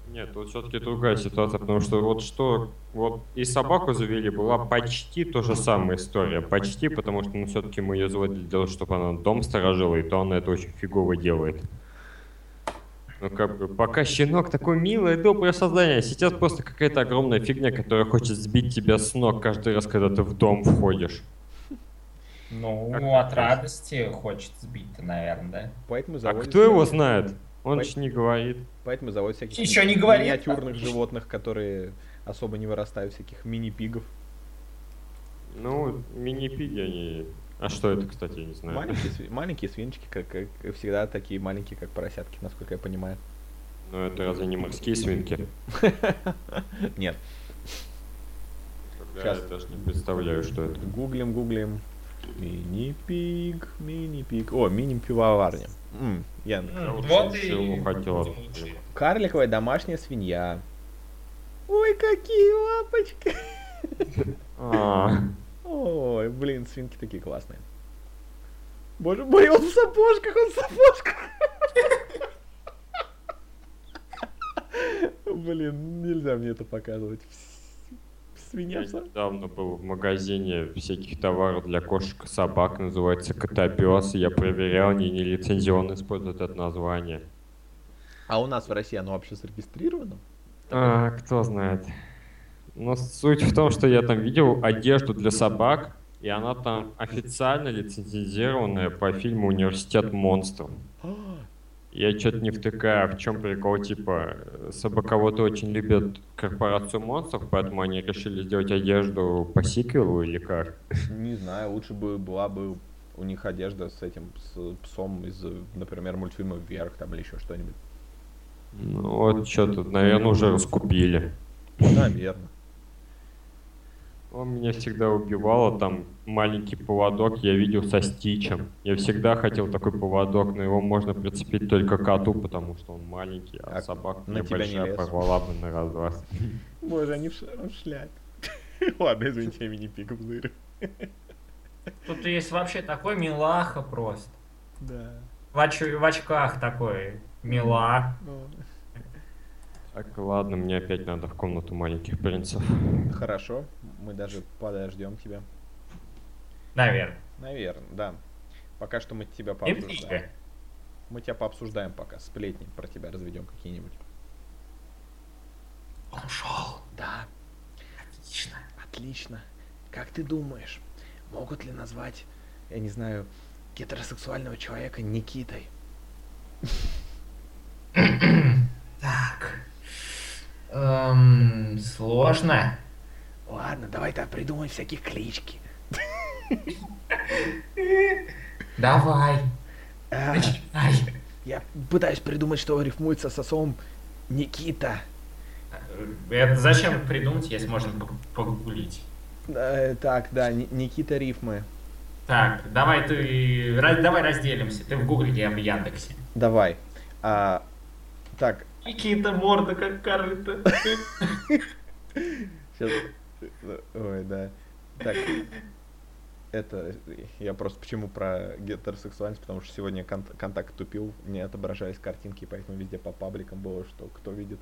Speaker 2: Нет, тут все-таки другая ситуация, потому что вот что, вот и собаку завели, была почти то же самая история, почти, потому что ну, все-таки мы ее заводили для того, чтобы она дом сторожила, и то она это очень фигово делает. Ну как бы, пока щенок такое милое, доброе создание, а сейчас просто какая-то огромная фигня, которая хочет сбить тебя с ног каждый раз, когда ты в дом входишь.
Speaker 4: Ну,
Speaker 2: Как раз.
Speaker 4: от радости хочет сбить-то, наверное,
Speaker 1: Поэтому
Speaker 2: А
Speaker 1: заводят-
Speaker 2: кто его знает? Он же не говорит.
Speaker 1: Поэтому заводят всяких
Speaker 4: Ещё не говорит.
Speaker 1: миниатюрных животных, которые особо не вырастают, всяких мини-пигов.
Speaker 2: Ну, мини-пиги они... А что это, кстати, я не знаю.
Speaker 1: Маленькие, сви- маленькие свинчики, как, как всегда, такие маленькие, как поросятки, насколько я понимаю.
Speaker 2: Но Ну, это разве не морские свинки?
Speaker 1: Нет.
Speaker 2: Тогда
Speaker 1: Щас.
Speaker 2: Я даже не представляю, что это.
Speaker 1: Гуглим, гуглим. Мини-пиг, мини-пиг. О, мини-пивоварня. М, я...
Speaker 4: да?
Speaker 2: Я
Speaker 4: М,
Speaker 2: вот
Speaker 4: Вот
Speaker 2: чего
Speaker 4: и
Speaker 2: хотел.
Speaker 4: будем лучше.
Speaker 1: Карликовая домашняя свинья. Ой, какие лапочки.
Speaker 2: А,
Speaker 1: Ой, блин, свинки такие классные. Боже мой, он в сапожках, он в сапожках. Блин, нельзя мне это показывать. Свинья
Speaker 2: Я
Speaker 1: в са-
Speaker 2: недавно был в магазине всяких товаров для кошек и собак, называется Котопес, и я проверял, они не лицензионно используют это название.
Speaker 1: А у нас в России оно вообще зарегистрировано?
Speaker 2: А, кто знает. Но суть в том, что я там видел одежду для собак, и она там официально лицензированная по фильму «Университет монстров».
Speaker 1: А,
Speaker 2: Я что-то не втыкаю, а в чем прикол, типа, э, собаководы очень любят корпорацию монстров, поэтому они решили сделать одежду по сиквелу или как?
Speaker 1: Не знаю, лучше бы была бы у них одежда с этим с псом из, например, мультфильма «Вверх» там или еще что-нибудь.
Speaker 2: Ну вот что-то, наверное, уже раскупили.
Speaker 1: Ну, Наверное.
Speaker 2: Он меня всегда убивало, там маленький поводок я видел со стичем. Я всегда хотел такой поводок, но его можно прицепить только коту, потому что он маленький, а,
Speaker 1: А
Speaker 2: собака
Speaker 1: на
Speaker 2: мне
Speaker 1: тебя не
Speaker 2: большая
Speaker 1: лез.
Speaker 2: порвала бы на раз-два.
Speaker 1: Боже, они в, шляпе. Ладно, извините, я мини-пиком
Speaker 4: Тут есть вообще такой милаха просто.
Speaker 1: Да.
Speaker 4: В, оч- в очках такой мила.
Speaker 1: ну.
Speaker 2: Так, ладно, мне опять надо в комнату маленьких принцев.
Speaker 1: Хорошо, мы даже подождем тебя.
Speaker 4: Наверное.
Speaker 1: Наверное, да. Пока что мы тебя
Speaker 4: Реплика.
Speaker 1: пообсуждаем. Мы тебя пообсуждаем пока. Сплетни про тебя разведем какие-нибудь.
Speaker 4: Он шел.
Speaker 1: Да.
Speaker 4: Отлично.
Speaker 1: Отлично. Как ты думаешь, могут ли назвать, я не знаю, гетеросексуального человека Никитой?
Speaker 4: Так. Эм, сложно.
Speaker 1: Ладно, давай так придумай всякие клички.
Speaker 4: Давай.
Speaker 1: А,
Speaker 4: Начинай.
Speaker 1: я пытаюсь придумать, что рифмуется со словом Никита.
Speaker 4: Э, Это Ну, зачем придумать, если можно пог- погуглить?
Speaker 1: Э, так, да, Ни- Никита рифмы.
Speaker 4: Так, давай ты... раз- давай разделимся. Ты в Гугле, я в Яндексе.
Speaker 1: Давай. А, так,
Speaker 4: Никита, морда как корыто.
Speaker 1: сейчас. э, Ой, да. Так. Это я просто почему про гетеросексуальность, потому что сегодня кон- контакт тупил, не отображались картинки, поэтому везде по пабликам было, что кто видит,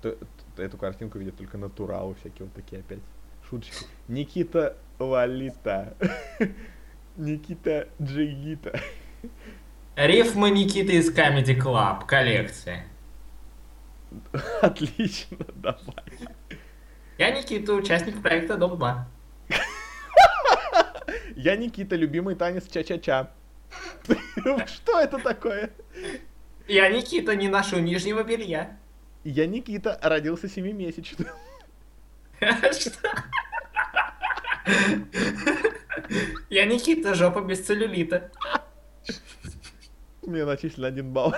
Speaker 1: то- то эту картинку видят только натуралы всякие вот такие опять. Шуточки. Никита Лолита. Никита Джигита.
Speaker 4: Рифмы Никиты из Comedy Club. Коллекция.
Speaker 1: Отлично, давай.
Speaker 4: Я Никита, участник проекта Дом-2.
Speaker 1: Я Никита, любимый танец ча-ча-ча. Что это такое?
Speaker 4: Я Никита, не ношу нижнего белья.
Speaker 1: Я Никита, родился семимесячным.
Speaker 4: Что? Я Никита, жопа без целлюлита.
Speaker 1: Мне начислен один балл.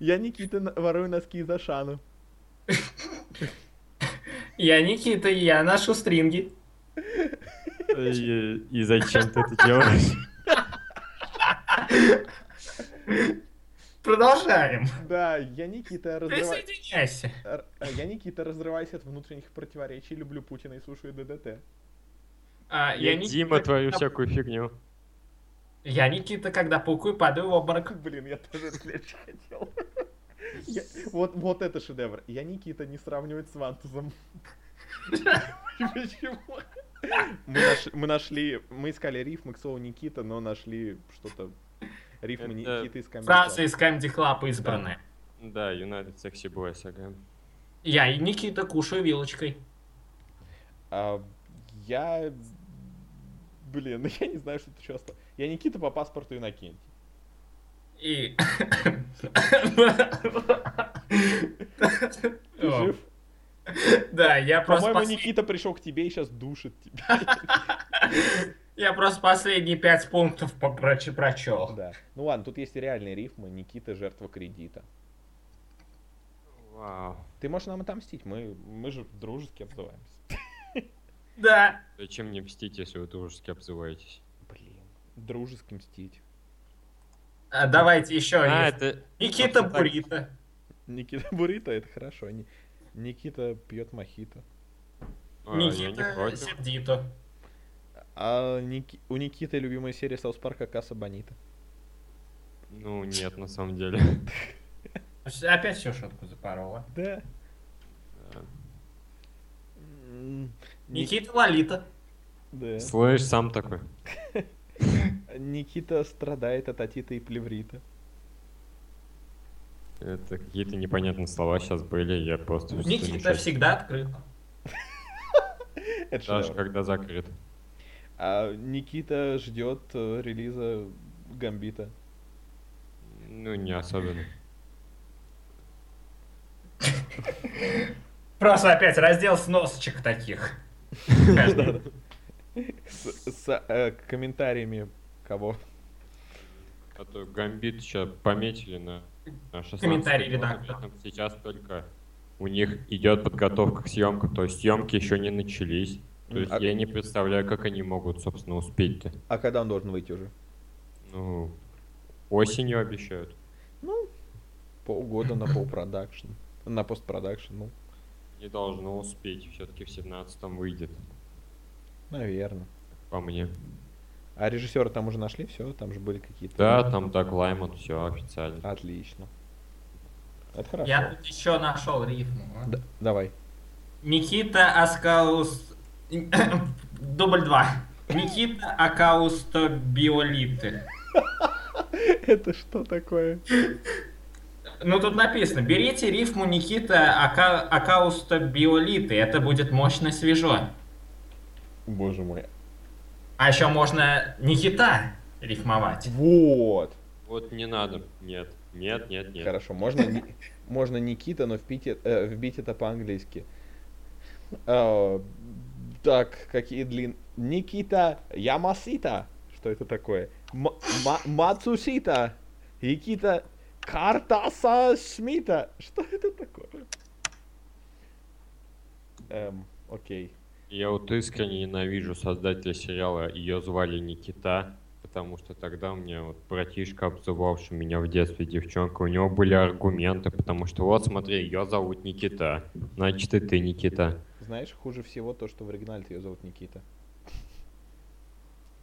Speaker 1: Я Никита, на- ворую носки из Ашана.
Speaker 4: Я Никита, я ношу стринги.
Speaker 2: И, и зачем ты это делаешь?
Speaker 4: Продолжаем.
Speaker 1: Да, я Никита, разрывай...
Speaker 4: Присоединяйся.
Speaker 1: р- Я Никита, разрываюсь от внутренних противоречий, люблю Путина и слушаю ДДТ.
Speaker 4: А, я,
Speaker 2: Я
Speaker 4: Никита,
Speaker 2: Дима твою
Speaker 4: когда-
Speaker 2: всякую фигню.
Speaker 4: Я Никита, когда пукаю, падаю в обморок.
Speaker 1: Блин, я тоже следующий хотел. Я- Вот, вот это шедевр. Я Никита не сравнивать с Вантузом. Почему? Мы, наш- мы нашли, мы искали рифмы к слову Никита, но нашли что-то рифмы
Speaker 2: Это
Speaker 1: Никиты из комедии.
Speaker 4: Фраза из Камеди Клаб избранная.
Speaker 2: Да, United Sexy Boys, ага.
Speaker 4: Я и Никита кушаю вилочкой.
Speaker 1: А, я... Блин, я не знаю, что тут еще осталось. Я Никита по паспорту Иннокентий.
Speaker 4: И...
Speaker 1: Ты
Speaker 4: О,
Speaker 1: жив?
Speaker 4: Да, я просто...
Speaker 1: По-моему,
Speaker 4: пос-
Speaker 1: Никита пришел к тебе и сейчас душит тебя.
Speaker 4: Я просто последние пять пунктов попроче- прочел.
Speaker 1: Да. Ну ладно, тут есть реальные рифмы. Никита жертва кредита.
Speaker 2: Вау.
Speaker 1: Ты можешь нам отомстить, мы, мы же дружески обзываемся.
Speaker 4: Да.
Speaker 2: Зачем мне мстить, если вы дружески обзываетесь?
Speaker 1: Блин, дружески мстить.
Speaker 4: А, Давайте еще.
Speaker 2: А,
Speaker 4: есть.
Speaker 2: это...
Speaker 4: Никита
Speaker 2: так.
Speaker 4: Бурита.
Speaker 1: Никита Бурита, это хорошо. Ни- Никита пьет мохито.
Speaker 2: а, я не
Speaker 4: Никита
Speaker 2: против.
Speaker 4: Сердито.
Speaker 1: А Ники- у Никиты любимая серия Саус Парка Касса Бонита.
Speaker 2: Ну, нет, на самом деле.
Speaker 4: Опять всю шутку запорола.
Speaker 1: Да.
Speaker 4: Никита Лолита.
Speaker 1: Да.
Speaker 2: Слышь, сам такой.
Speaker 1: Никита страдает от атита и плеврита.
Speaker 2: Это какие-то непонятные слова сейчас были, я просто... в
Speaker 4: Никита
Speaker 2: замешательстве.
Speaker 4: всегда открыт.
Speaker 1: Это
Speaker 2: Даже
Speaker 1: шедевр.
Speaker 2: когда закрыт.
Speaker 1: А Никита ждет э, релиза Гамбита.
Speaker 2: Ну, не особенно.
Speaker 4: Просто опять раздел сносочек таких.
Speaker 1: С, с, э, комментариями кого?
Speaker 2: А то Гамбит сейчас пометили на, на 16
Speaker 4: Комментарий
Speaker 2: год,
Speaker 4: редактора.
Speaker 2: поэтому Сейчас только у них идет подготовка к съемкам, то есть съемки еще не начались. То
Speaker 1: М,
Speaker 2: есть
Speaker 1: а-
Speaker 2: я не представляю, как они могут, собственно, успеть-то.
Speaker 1: А когда он должен выйти уже?
Speaker 2: Ну, осенью обещают.
Speaker 1: Полгода на полпродакшн. На постпродакшн, ну,
Speaker 2: Не должно успеть, все-таки в 17-м выйдет,
Speaker 1: наверное.
Speaker 2: по мне.
Speaker 1: А режиссера там уже нашли, все, там же были какие-то.
Speaker 2: Да, там Даг Лайман, все официально.
Speaker 1: Отлично. Это хорошо.
Speaker 4: Я тут еще нашел рифму.
Speaker 1: Да, давай.
Speaker 4: Никита Аскаус... Дубль два. Никита Акаусто Биолиты.
Speaker 1: Это что такое?
Speaker 4: Ну тут написано, берите рифму Никита Ака... Акауста Биолиты, это будет мощно свежо.
Speaker 1: Боже мой.
Speaker 4: А еще можно Никита рифмовать.
Speaker 1: Вот.
Speaker 2: Вот не надо. Нет, нет, нет, нет.
Speaker 1: Хорошо, можно, Ни- можно Никита, но вбить, э, вбить это по-английски. Э, так, какие длин... Никита Ямасита. Что это такое? М- Ма- Мацусита. Никита Картаса Шмита. Что это такое? Эм, окей.
Speaker 2: Я вот искренне ненавижу создателя сериала «Ее звали Никита», потому что тогда мне вот братишка, обзывавший меня в детстве девчонка, у него были аргументы, потому что вот смотри, ее зовут Никита, значит и ты Никита.
Speaker 1: Знаешь, хуже всего то, что в оригинале ее зовут Никита.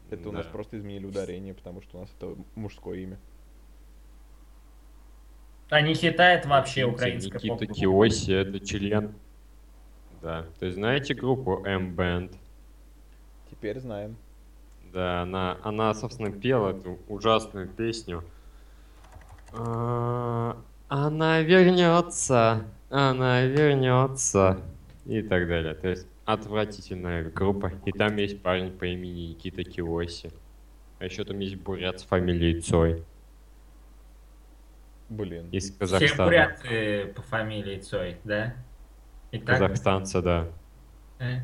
Speaker 1: Это у нас
Speaker 2: Да.
Speaker 1: просто изменили ударение, потому что у нас это мужское имя.
Speaker 4: А Никита это вообще
Speaker 2: Никита-
Speaker 4: украинская
Speaker 2: Никита
Speaker 4: поп-группа.
Speaker 2: Киоси, это член. Да. То есть знаете группу M-Band?
Speaker 1: Теперь знаем.
Speaker 2: Да, она, она, собственно, пела эту ужасную песню. А, Она вернется, она вернется и так далее. То есть отвратительная группа. И там есть парень по имени Никита Киоси. А еще там есть бурят с фамилией Цой
Speaker 1: Блин.
Speaker 2: из
Speaker 4: Все
Speaker 2: Казахстана.
Speaker 4: буряты э, по фамилии Цой, да? И так.
Speaker 2: Казахстанца, да.
Speaker 4: э.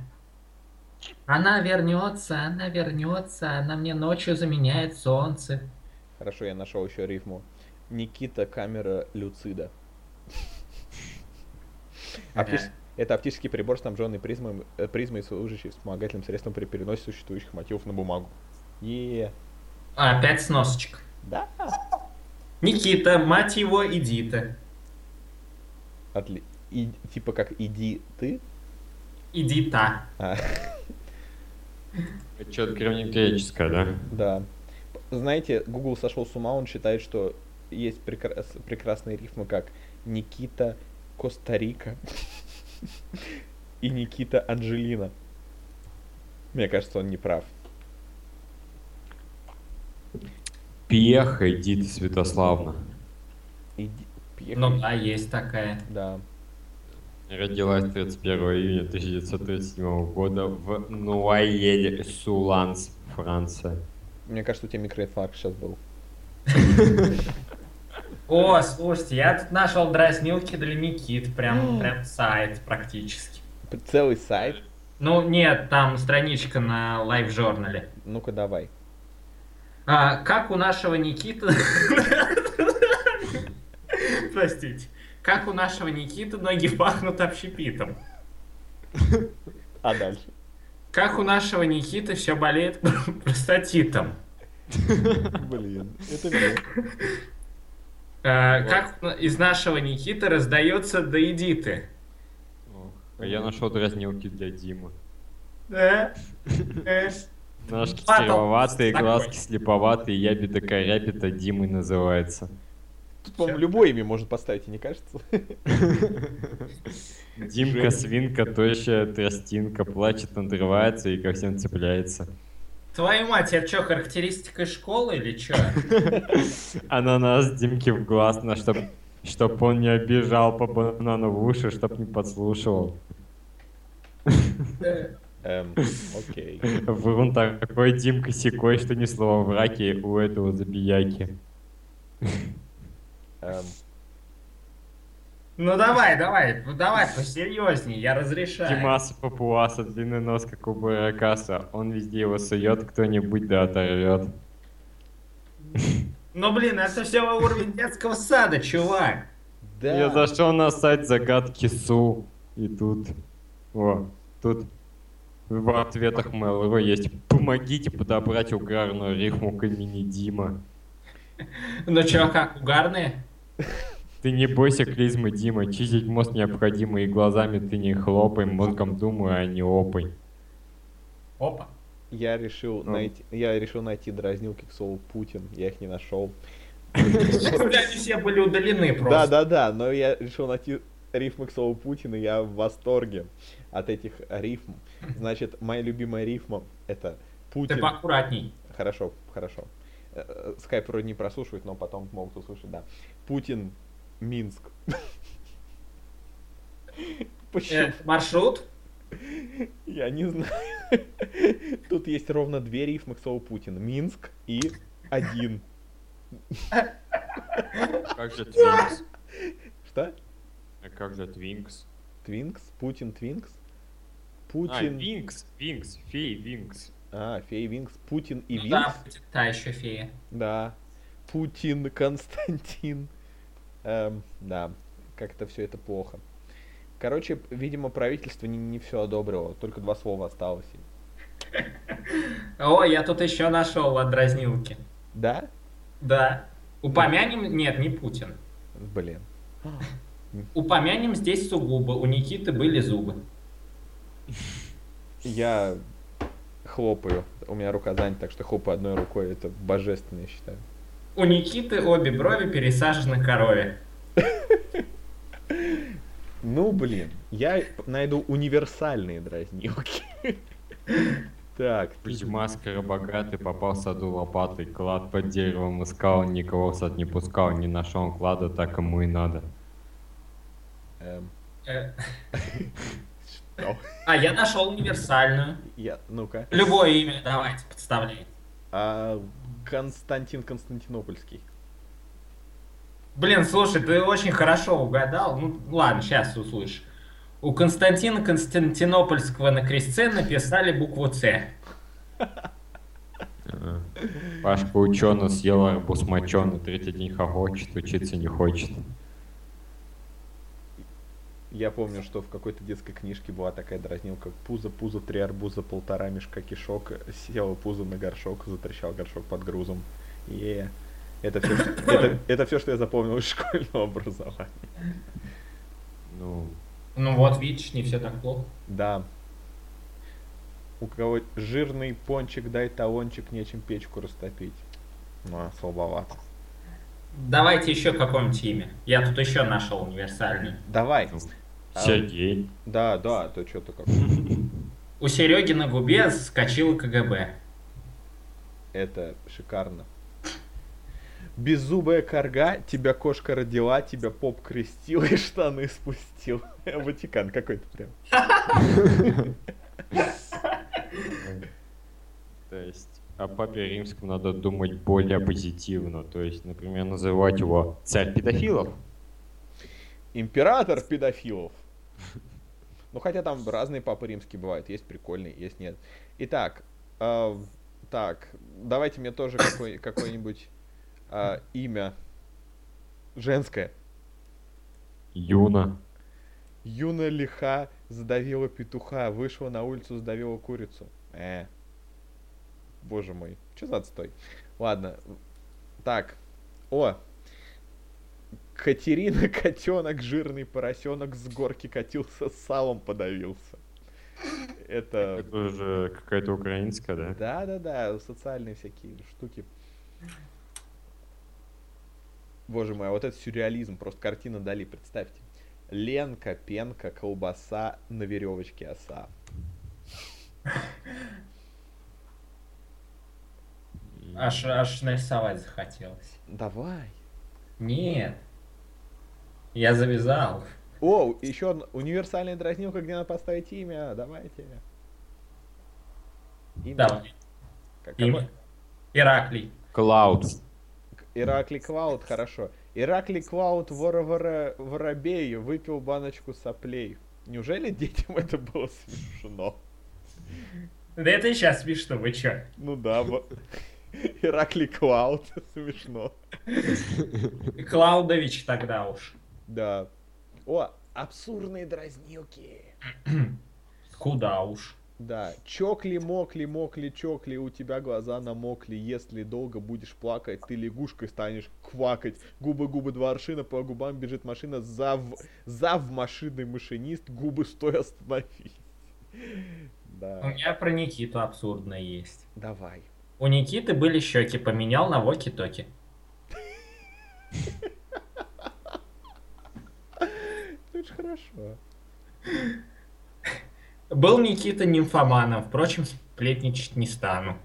Speaker 4: Она вернется, она вернется, она мне ночью заменяет солнце.
Speaker 1: Хорошо, я нашел еще рифму. Никита камера Люцида. Оптиш- Это оптический прибор, снабженный призмой, э, призмой, служащий вспомогательным средством при переносе существующих мотивов на бумагу. Е,
Speaker 4: А, Опять сносочек.
Speaker 1: да,
Speaker 4: Никита, мать его, иди-то.
Speaker 1: Отли... и- типа как иди ты.
Speaker 4: Иди-та.
Speaker 1: А,
Speaker 2: Это что-то древнегреческое, да?
Speaker 1: Да. П- Знаете, Google сошел с ума, он считает, что есть прекрас- прекрасные рифмы, как Никита Коста-Рика и Никита Анджелина. Мне кажется, он не прав.
Speaker 2: Пьеха, иди ты, Святославна.
Speaker 1: Иди- пьеха-
Speaker 4: Ну да, есть такая.
Speaker 1: Да.
Speaker 2: Родилась 31 июня 1937 года в нуайеле суланс Франция.
Speaker 1: Мне кажется, у тебя микроинфаркт сейчас был.
Speaker 4: О, слушайте, я тут нашел дразнилки для Никит, прям, прям сайт практически.
Speaker 1: П- Целый сайт.
Speaker 4: Ну нет, там страничка на лайв-журнале.
Speaker 1: Ну-ка давай.
Speaker 4: А, как у нашего Никиты... Простите. Как у нашего Никиты ноги пахнут общепитом.
Speaker 1: А дальше?
Speaker 4: Как у нашего Никиты все болеет простатитом.
Speaker 1: Блин, это мне.
Speaker 4: А, как из нашего Никиты раздается да иди ты.
Speaker 2: А Я нашел дразнилки для Димы.
Speaker 4: Да? Эш.
Speaker 2: Ножки
Speaker 4: Батл
Speaker 2: сероватые,
Speaker 4: такой.
Speaker 2: глазки слеповатые, ябеда коряпита Димой называется.
Speaker 1: Тут, по-моему, любое имя можно поставить, и не кажется?
Speaker 2: Димка, свинка, тощая тростинка, плачет, надрывается и ко всем цепляется.
Speaker 4: Твою мать, это что, характеристика из школы или что?
Speaker 2: Ананас Димке в глаз, на чтоб, чтоб он не обижал по банану в уши, чтоб не подслушивал.
Speaker 4: Э,
Speaker 1: Эм, окей.
Speaker 2: Врун такой Димка секой, что ни слова в раке у этого забияки.
Speaker 1: Эм,
Speaker 4: Ну давай, давай, ну давай посерьезнее, я разрешаю.
Speaker 2: Димаса Папуаса, длинный нос, как у Баракаса. Он везде его сует, кто-нибудь да оторвет.
Speaker 4: Ну блин, это все уровень детского сада, чувак.
Speaker 1: Да.
Speaker 2: Я зашел на сайт загадки Су. И тут... О, тут в ответах Mail.ru есть «Помогите подобрать угарную рифму к имени Дима».
Speaker 4: Ну чё, как, угарные?
Speaker 2: Ты не бойся клизмы, Дима, чистить мозг необходимо, и глазами ты не хлопай, мозгом думай, а не опай.
Speaker 4: Опа.
Speaker 1: Я решил
Speaker 2: Ну.
Speaker 1: найти, я решил найти дразнилки к слову Путин, я их не нашел.
Speaker 4: Они все были удалены
Speaker 1: Да,
Speaker 4: просто.
Speaker 1: да, да, но я решил найти рифмы к слову Путин, и я в восторге от этих рифм. Значит, моя любимая рифма это
Speaker 4: Ты
Speaker 1: Путин.
Speaker 4: поаккуратней.
Speaker 1: Хорошо, хорошо. Э, э, Скайп вроде не прослушивает, но потом могут услышать, да. Путин Минск.
Speaker 4: Э,
Speaker 1: Почему?
Speaker 4: маршрут?
Speaker 1: Я не знаю. Тут есть ровно две рифмы к слову Путин. Минск и один.
Speaker 2: Как же Твинкс?
Speaker 1: Что?
Speaker 2: А как же Твинкс?
Speaker 1: Твинкс? Путин Твинкс?
Speaker 2: А,
Speaker 1: Путин...
Speaker 2: Винкс, Винкс, фей Винкс.
Speaker 1: А, фей Винкс. Путин и
Speaker 4: Ну Да,
Speaker 1: Винкс?
Speaker 4: будет та еще фея.
Speaker 1: Да. Путин Константин. Эм, да, как-то все это плохо. Короче, видимо, правительство не, все одобрило, только два слова осталось.
Speaker 4: О, я тут еще нашел от дразнилки.
Speaker 1: Да?
Speaker 4: Да. Упомянем... Нет, не Путин.
Speaker 1: Блин.
Speaker 4: Упомянем здесь сугубо. У Никиты были зубы.
Speaker 1: Я хлопаю. У меня рука занята, так что хлопаю одной рукой. Это божественно, я считаю.
Speaker 4: У Никиты обе брови пересажены корове.
Speaker 1: Ну, блин, я найду универсальные дразнилки. Так,
Speaker 2: Пусть маскара богатый попал в саду лопатой, клад под деревом искал, никого в сад не пускал, не нашел клада, так ему и надо.
Speaker 1: эм,
Speaker 4: Э,
Speaker 1: что?
Speaker 4: А, я нашел универсальную.
Speaker 1: Я, ну-ка.
Speaker 4: Любое имя давайте, подставляй.
Speaker 1: А, Константин Константинопольский.
Speaker 4: Блин, слушай, ты очень хорошо угадал. Ну, ладно, сейчас услышишь. У Константина Константинопольского на крестце написали букву «Ц».
Speaker 2: Э, Пашка ученый съел арбуз моченый, третий день хохочет, учиться не хочет.
Speaker 1: Я помню, что в какой-то детской книжке была такая дразнилка. Пузо, пузо, три арбуза, полтора мешка кишок. Села пузо на горшок, затрещал горшок под грузом. Е. Это все, это, это все, что я запомнил из школьного образования.
Speaker 2: Ну,
Speaker 4: Ну вот, видишь, не все так плохо.
Speaker 1: Да. У кого жирный пончик, дай талончик, нечем печку растопить. Ну, а, слабовато.
Speaker 4: Давайте еще какое-нибудь имя. Я тут еще нашел универсальный.
Speaker 1: Давай. А,
Speaker 2: Сергей.
Speaker 1: Да, да, то что-то как.
Speaker 4: У Сереги на губе скочила КГБ.
Speaker 1: Это шикарно. Беззубая корга, тебя кошка родила, тебя поп крестил и штаны спустил. Ватикан какой-то прям.
Speaker 2: То есть о папе римском надо думать более позитивно. То есть, например, называть его царь педофилов.
Speaker 1: Император педофилов. Ну, хотя там разные папы римские бывают. Есть прикольные, есть нет. Итак, э, так, давайте мне тоже какой- какое-нибудь э, имя женское.
Speaker 2: Юна.
Speaker 1: Юна лиха задавила петуха, вышла на улицу, задавила курицу. Э. Боже мой, что за отстой? Ладно. Так. О. Катерина котенок, жирный поросенок, с горки катился, с салом подавился. Это...
Speaker 2: Это уже какая-то украинская, да?
Speaker 1: Да-да-да, социальные всякие штуки. Боже мой, а вот это сюрреализм, просто картина Дали, представьте. Ленка, пенка, колбаса, на веревочке оса.
Speaker 4: Аж, аж нарисовать захотелось.
Speaker 1: Давай.
Speaker 4: Нет. Я завязал.
Speaker 1: О, еще одна универсальная дразнилка, где надо поставить имя. Давайте. Имя.
Speaker 4: Давай.
Speaker 1: Как-
Speaker 4: Имя. Ираклий.
Speaker 2: Клауд.
Speaker 1: какой? Иракли Клауд, хорошо. Иракли Клауд вора вора воробей выпил баночку соплей. Неужели детям это было смешно?
Speaker 4: Да это и сейчас смешно, вы чё?
Speaker 1: Ну да, во- Иракли Клауд, смешно.
Speaker 4: Клаудович тогда уж.
Speaker 1: Да. О, абсурдные дразнилки.
Speaker 4: Куда уж.
Speaker 1: Да, чокли, мокли, мокли, чокли, у тебя глаза намокли, если долго будешь плакать, ты лягушкой станешь квакать, губы, губы, два аршина, по губам бежит машина, зав, зав машины машинист, губы, стой, остановись.
Speaker 4: У
Speaker 1: Да,
Speaker 4: меня про Никиту абсурдно есть.
Speaker 1: давай.
Speaker 4: У Никиты были щеки, поменял на воки-токи.
Speaker 1: Это очень хорошо.
Speaker 4: Был Никита нимфоманом, впрочем, сплетничать не стану.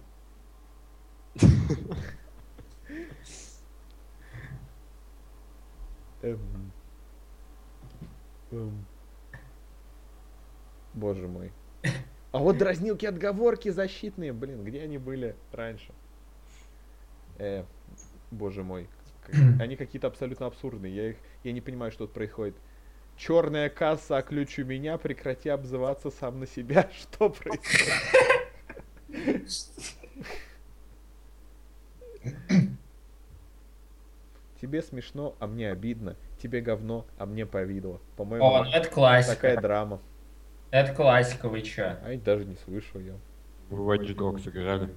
Speaker 1: Эм. Эм. Боже мой. А вот дразнилки отговорки защитные, блин, где они были раньше? Э, боже мой. Как- Они какие-то абсолютно абсурдные. Я их, я не понимаю, что тут происходит. Черная касса, а ключ у меня, прекрати обзываться сам на себя. Что происходит? Тебе смешно, а мне обидно. Тебе говно, а мне повидло. По-моему,
Speaker 4: О, ну это классика.
Speaker 1: такая драма.
Speaker 4: Это классика, вы чё?
Speaker 1: А я даже не слышал ее.
Speaker 2: Вы в Watch Dogs играли?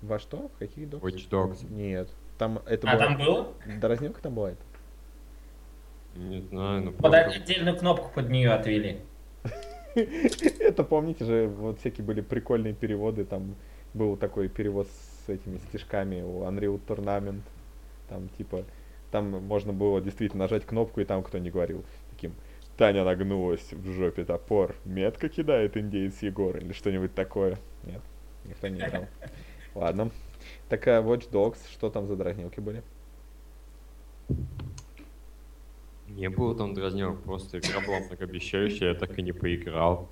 Speaker 1: Во что? В какие доки?
Speaker 2: Watch Dogs?
Speaker 1: Нет. Там это
Speaker 4: А
Speaker 1: была-
Speaker 4: там было?
Speaker 1: Дразнилка там бывает?
Speaker 2: Не знаю, ну
Speaker 4: Под
Speaker 2: просто-
Speaker 4: отдельную кнопку под нее отвели.
Speaker 1: Это помните же, вот всякие были прикольные переводы, там был такой перевод с этими стишками у Unreal Tournament, там типа, там можно было действительно нажать кнопку, и там кто не говорил, таким Таня нагнулась, в жопе топор, метко кидает индеец Егор, или что-нибудь такое. Нет, никто не играл. Ладно. Так, а Watch Dogs, что там за дразнилки были?
Speaker 2: Не было там дразнилок, просто игра была многообещающая, я так и не поиграл.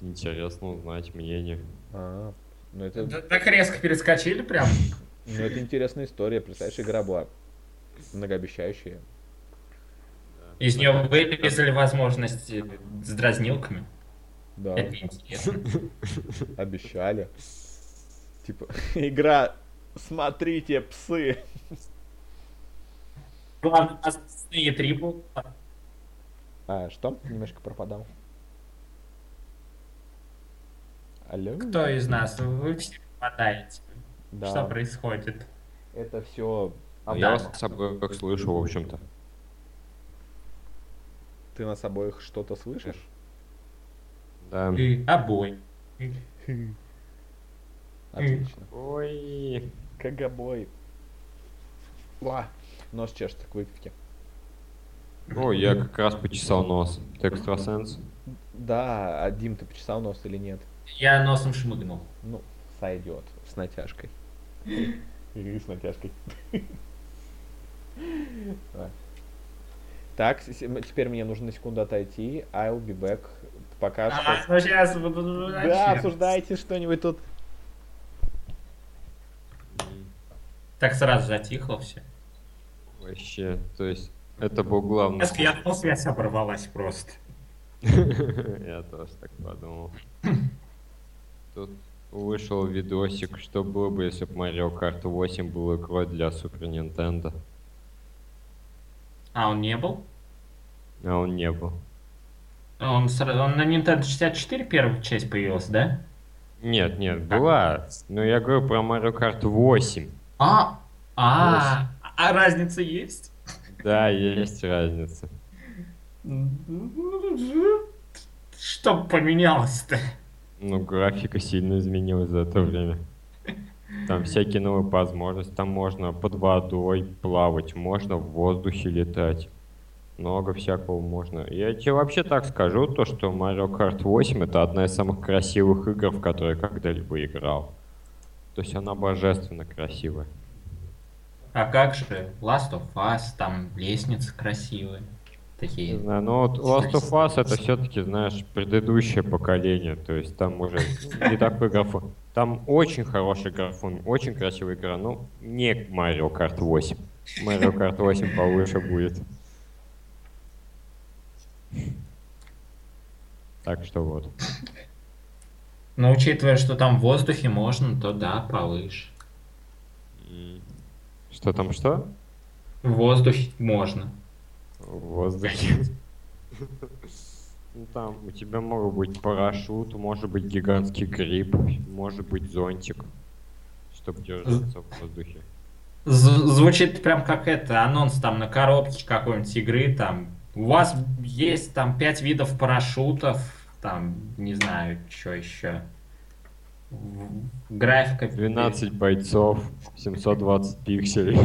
Speaker 2: Интересно узнать мнение.
Speaker 1: А, ну это,
Speaker 4: Т- Так резко перескочили прям.
Speaker 1: ну это интересная история, представляешь, игра была многообещающая,
Speaker 4: Из нее вырезали возможности с дразнилками.
Speaker 1: да.
Speaker 4: Это интересно.
Speaker 1: Обещали. Типа, игра «Смотрите, псы».
Speaker 4: Главное, основные три было.
Speaker 1: А, что? Немножко пропадал. Алло?
Speaker 4: Кто из нас? Вы все попадаете.
Speaker 1: Да,
Speaker 4: Что происходит? А
Speaker 1: это все...
Speaker 2: я вас обоих слышу, в общем-то.
Speaker 1: Ты нас обоих что-то слышишь?
Speaker 2: Да.
Speaker 4: Ты обои.
Speaker 1: Отлично.
Speaker 2: Ой.
Speaker 1: Кагабой. Ла. Нос чешется к выпивке.
Speaker 2: Ой, я как раз почесал нос. Ты экстрасенс?
Speaker 1: Да, а Дим, ты почесал нос или нет?
Speaker 4: Я носом шмыгнул.
Speaker 1: Ну, сойдет. С натяжкой. И с натяжкой. А. Так, с- с- теперь мне нужно на секунду отойти. I'll be back. Пока
Speaker 4: А,
Speaker 1: что.
Speaker 4: ну сейчас...
Speaker 1: Да, обсуждайте что-нибудь тут.
Speaker 4: Так сразу затихло все.
Speaker 2: Вообще, то есть это был главный...
Speaker 4: Я думал, связь оборвалась просто.
Speaker 2: Я тоже так подумал. Тут вышел видосик, что было бы, если бы Mario Kart 8 был игрой для Супер Нинтендо.
Speaker 4: А он не был?
Speaker 2: А он не был.
Speaker 4: Он, сра- он на Nintendo 64 первая часть появилась, да?
Speaker 2: Нет, нет, была. Но я говорю про Mario Kart 8.
Speaker 4: А, а, а разница есть?
Speaker 2: Да, есть разница.
Speaker 4: Что поменялось-то?
Speaker 2: Ну, графика сильно изменилась за это время. Там всякие новые возможности. Там можно под водой плавать, можно в воздухе летать. Много всякого можно. Я тебе вообще так скажу, то, что Mario Kart 8 это одна из самых красивых игр, в которые я когда-либо играл. То есть она божественно красивая.
Speaker 4: А как же Last of Us, там лестницы красивые.
Speaker 2: Не
Speaker 4: Такие.
Speaker 2: знаю, но вот Last of Us это все-таки, знаешь, предыдущее поколение, то есть там уже не такой графон. Там очень хороший графон, очень красивая игра, но не Mario Kart 8. Mario Kart 8 повыше будет. Так что вот.
Speaker 4: Но Ну, учитывая, что там в воздухе можно, то да, повыше.
Speaker 2: Что там что?
Speaker 4: В воздухе можно.
Speaker 2: В воздухе. Ну, Там у тебя могут быть парашют, может быть гигантский гриб, может быть зонтик, чтобы держаться в воздухе.
Speaker 4: З- звучит прям как это, анонс там на коробке какой-нибудь игры, там, у вас есть там пять видов парашютов, там, не знаю, что еще. В- Графика
Speaker 2: 12 бойцов, 720 пикселей.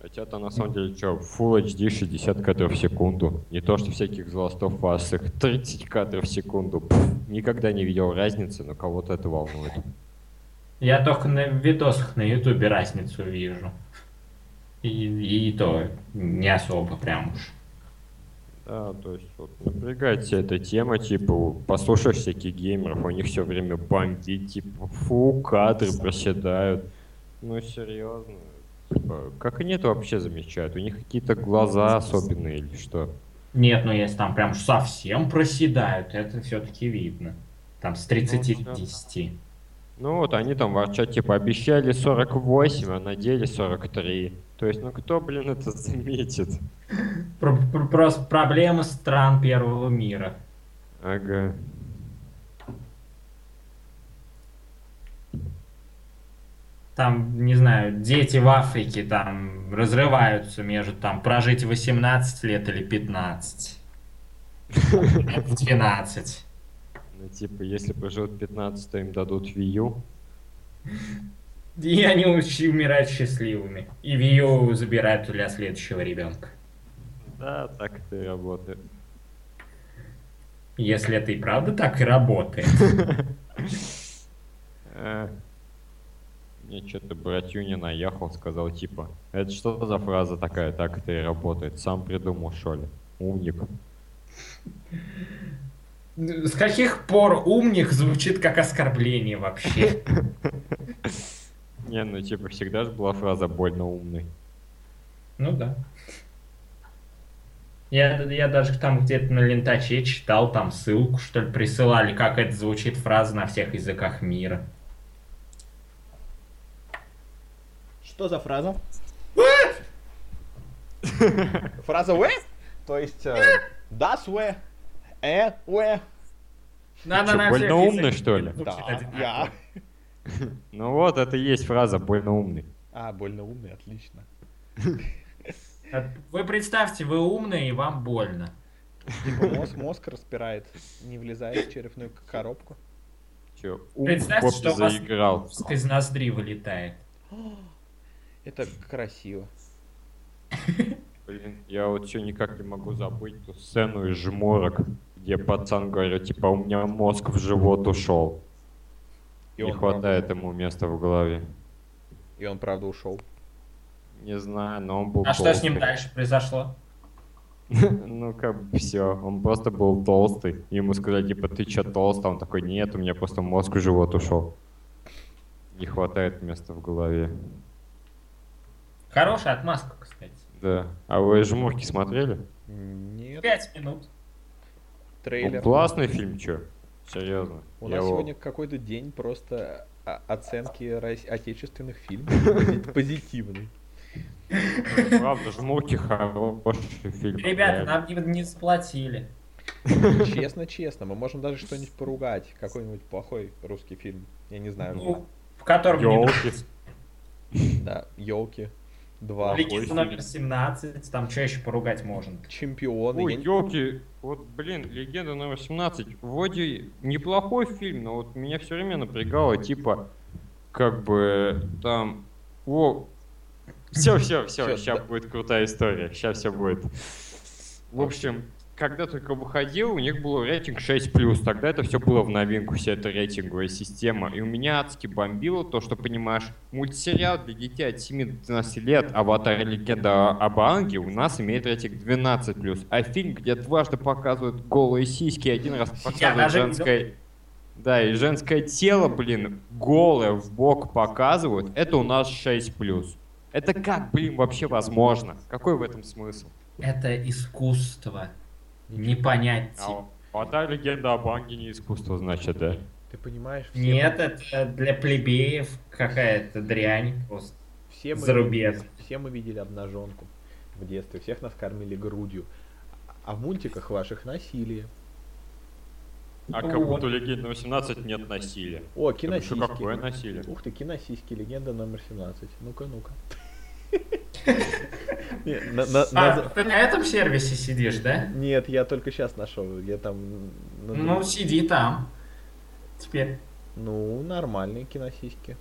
Speaker 2: Хотя-то а на самом деле что, Full HD 60 кадров в секунду. Не то, что всяких злостов вас, их 30 кадров в секунду. Пф, никогда не видел разницы, но кого-то это волнует.
Speaker 4: Я только на видосах на ютубе разницу вижу. И, и то не особо прям уж.
Speaker 2: Да, то есть вот напрягается эта тема, типа, послушаешь всяких геймеров, у них все время бомбит, типа, фу, кадры проседают. Ну, серьезно. Типа, как они это вообще замечают? У них какие-то глаза особенные или что?
Speaker 4: Нет, ну если там прям совсем проседают, это все-таки видно. Там с 30 до 10.
Speaker 2: Ну вот они там ворчат, типа, обещали 48, а на деле 43. То есть, ну кто, блин, это заметит?
Speaker 4: Про- про- Просто проблемы стран первого мира.
Speaker 2: Ага.
Speaker 4: Там, не знаю, дети в Африке там разрываются между там прожить 18 лет или 15. 12.
Speaker 2: Ну, типа, если поживут 15, то им дадут вию.
Speaker 4: И они уч- умирают счастливыми. И Вию забирают для следующего ребенка.
Speaker 2: Да, так это и работает.
Speaker 4: Если это и правда так и работает.
Speaker 2: Э, Мне что-то братью не наехал, сказал типа, это что за фраза такая, так это и работает, сам придумал, что ли? Умник.
Speaker 4: С каких пор умник звучит как оскорбление вообще?
Speaker 2: Не, ну типа всегда же была фраза больно умный.
Speaker 4: Ну да. Я, я даже там где-то на лентаче читал, там ссылку, что ли, присылали, как это звучит фраза на всех языках мира.
Speaker 1: Что за фраза? Фраза «вэ»? То есть э, «das вэ», «э вэ».
Speaker 4: Надо
Speaker 2: чё,
Speaker 4: на
Speaker 2: больно
Speaker 4: всех
Speaker 2: умный,
Speaker 4: языках
Speaker 2: что ли?
Speaker 4: мира звучит
Speaker 1: Да,
Speaker 4: одинаково.
Speaker 1: я.
Speaker 2: Ну вот, это и есть фраза больно умный.
Speaker 1: А, больно умный, отлично.
Speaker 4: Вы представьте, вы умные и вам больно.
Speaker 1: Типа мозг, мозг распирает, не влезает в черепную к- коробку.
Speaker 2: Че, ум
Speaker 4: Представьте,
Speaker 2: Боб
Speaker 4: что у вас-
Speaker 2: заиграл.
Speaker 4: Из ноздри вылетает.
Speaker 1: Это красиво.
Speaker 2: Блин, я вот все никак не могу забыть ту сцену из жморок, где пацан говорит, типа, у меня мозг в живот ушел.
Speaker 1: И
Speaker 2: не
Speaker 1: он
Speaker 2: хватает
Speaker 1: правда-
Speaker 2: ему места в голове.
Speaker 1: И он правда ушел.
Speaker 2: Не знаю, но он был
Speaker 4: А что с ним
Speaker 2: толстый.
Speaker 4: дальше произошло?
Speaker 2: Ну, как бы все. Он просто был толстый. Ему сказали, типа, ты чё толстый? Он такой, нет, у меня просто мозг в живот ушел. Не хватает места в голове.
Speaker 4: Хорошая отмазка, кстати.
Speaker 2: Да. А вы жмурки смотрели?
Speaker 1: Нет.
Speaker 4: Пять минут.
Speaker 2: Ну,
Speaker 1: Трейлер.
Speaker 2: классный фильм, чё? Серьезно.
Speaker 1: У
Speaker 2: Я
Speaker 1: нас
Speaker 2: его-
Speaker 1: сегодня какой-то день просто о- оценки рос- отечественных фильмов. Позитивный.
Speaker 2: Правда, жмурки хороший фильм.
Speaker 4: Ребята,
Speaker 2: Я-
Speaker 4: нам не, не заплатили.
Speaker 1: Честно, честно, мы можем даже что-нибудь поругать. Какой-нибудь плохой русский фильм. Я не знаю.
Speaker 4: Ну, в котором не
Speaker 2: Ёлки.
Speaker 1: Да, елки. Два.
Speaker 4: Легенда
Speaker 2: Плохой
Speaker 4: номер
Speaker 2: фильм.
Speaker 4: 17, там что еще поругать можно?
Speaker 1: Чемпионы.
Speaker 2: Ой,
Speaker 1: Я не-
Speaker 2: елки, вот, блин, легенда номер 17. Вроде неплохой фильм, но вот меня все время напрягало, типа, как бы там. О! Все, все, все,
Speaker 1: Всё,
Speaker 2: сейчас
Speaker 1: да.
Speaker 2: будет крутая история. Сейчас все будет. В общем, когда только выходил, у них был рейтинг 6+, тогда это все было в новинку, вся эта рейтинговая система. И у меня адски бомбило то, что, понимаешь, мультсериал для детей от 7 до 12 лет «Аватар. Легенда об Аанге» у нас имеет рейтинг 12+, а фильм, где дважды показывают голые сиськи, и один раз показывают
Speaker 4: даже не
Speaker 2: женское... Да, и женское тело, блин, голое в бок показывают, это у нас 6+. Это как, блин, вообще возможно? Какой в этом смысл?
Speaker 4: Это искусство. Не понять. типа.
Speaker 2: А вода легенда об Анге не искусство, значит, да?
Speaker 1: Ты понимаешь, все
Speaker 4: Нет, это э, для плебеев какая-то дрянь просто.
Speaker 1: Все мы,
Speaker 4: Зарубеж.
Speaker 1: все мы видели обнаженку в детстве, всех нас кормили грудью. А в мультиках ваших насилие.
Speaker 2: А
Speaker 4: Ну
Speaker 2: как
Speaker 4: вот.
Speaker 2: будто легенда 18 нет насилия.
Speaker 1: О,
Speaker 2: Там еще
Speaker 1: киносиськи.
Speaker 2: какое насилие?
Speaker 1: Ух ты, киносиськи, легенда номер 17. Ну-ка, ну-ка. Не, на- на-
Speaker 4: А,
Speaker 1: на-
Speaker 4: ты на этом сервисе сидишь, да?
Speaker 1: Нет, я только сейчас нашел. Я там... на-
Speaker 4: Ну, сиди там. Теперь.
Speaker 1: Ну, нормальные киносиськи.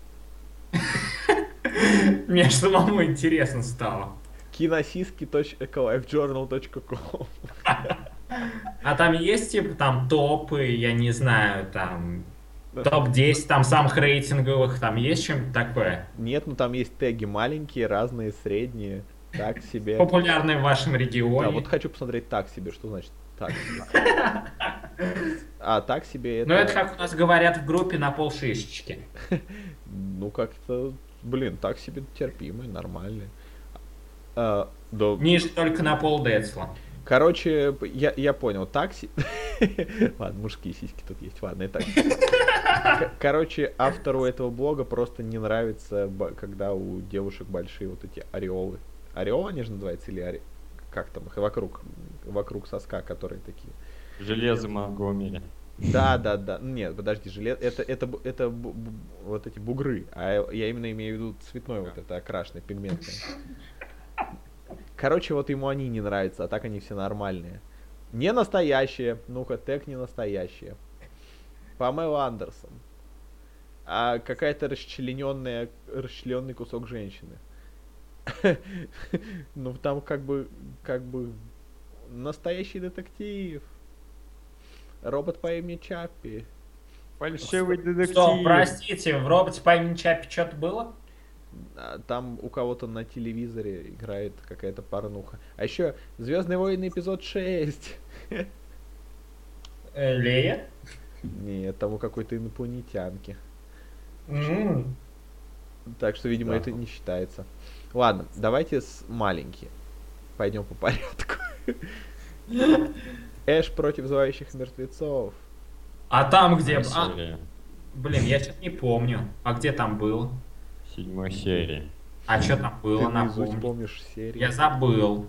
Speaker 4: Мне ж самому интересно стало.
Speaker 1: Киносиськи.эколайфджорнал.ком
Speaker 4: А там есть, типа, там топы, я не знаю, там Топ-10 там самых рейтинговых, там есть чем-то такое?
Speaker 1: Нет, ну там есть теги маленькие, разные, средние. Так себе.
Speaker 4: Популярные в вашем регионе.
Speaker 1: Да, вот хочу посмотреть так себе, что значит так себе. А так себе это...
Speaker 4: Ну это как у нас говорят в группе на полшишечки.
Speaker 1: Ну как-то, блин, так себе терпимый, нормальный. А, да.
Speaker 4: Ниже только на пол Децла.
Speaker 1: Короче, я, я понял, такси... Ладно, мужские сиськи тут есть, ладно, и так. Короче, автору этого блога просто не нравится, когда у девушек большие вот эти ореолы. Ореолы они же называются, или оре... как там их, вокруг, вокруг соска, которые такие.
Speaker 2: Железо могу мире.
Speaker 1: Да, да, да. Ну, Нет, подожди, желез... это, это, это б- б- вот эти бугры, а я именно имею в виду цветной вот это окрашенный, пигментный. Короче, вот ему они не нравятся, а так они все нормальные. Не настоящие. Ну-ка, тег не настоящие. Памела Андерсон. А какая-то расчлененная, расчлененный кусок женщины. Ну, там как бы, как бы настоящий детектив. Робот по имени Чаппи.
Speaker 2: Фальшивый детектив.
Speaker 4: Что, простите, в роботе по имени Чаппи что-то было?
Speaker 1: А, там у кого-то на телевизоре играет какая-то порнуха. А еще Звездные войны эпизод 6.
Speaker 4: Э, Лея?
Speaker 1: Нет, там у какой-то инопланетянки.
Speaker 4: Mm.
Speaker 1: Так что, видимо, да. это не считается. Ладно, давайте с маленькие. Пойдем по порядку. Эш против зловещих мертвецов.
Speaker 4: А там где... А... Блин, я сейчас не помню. А где там было?
Speaker 2: седьмой серии.
Speaker 4: А что там было?
Speaker 1: Ты помнишь серию?
Speaker 4: Я забыл.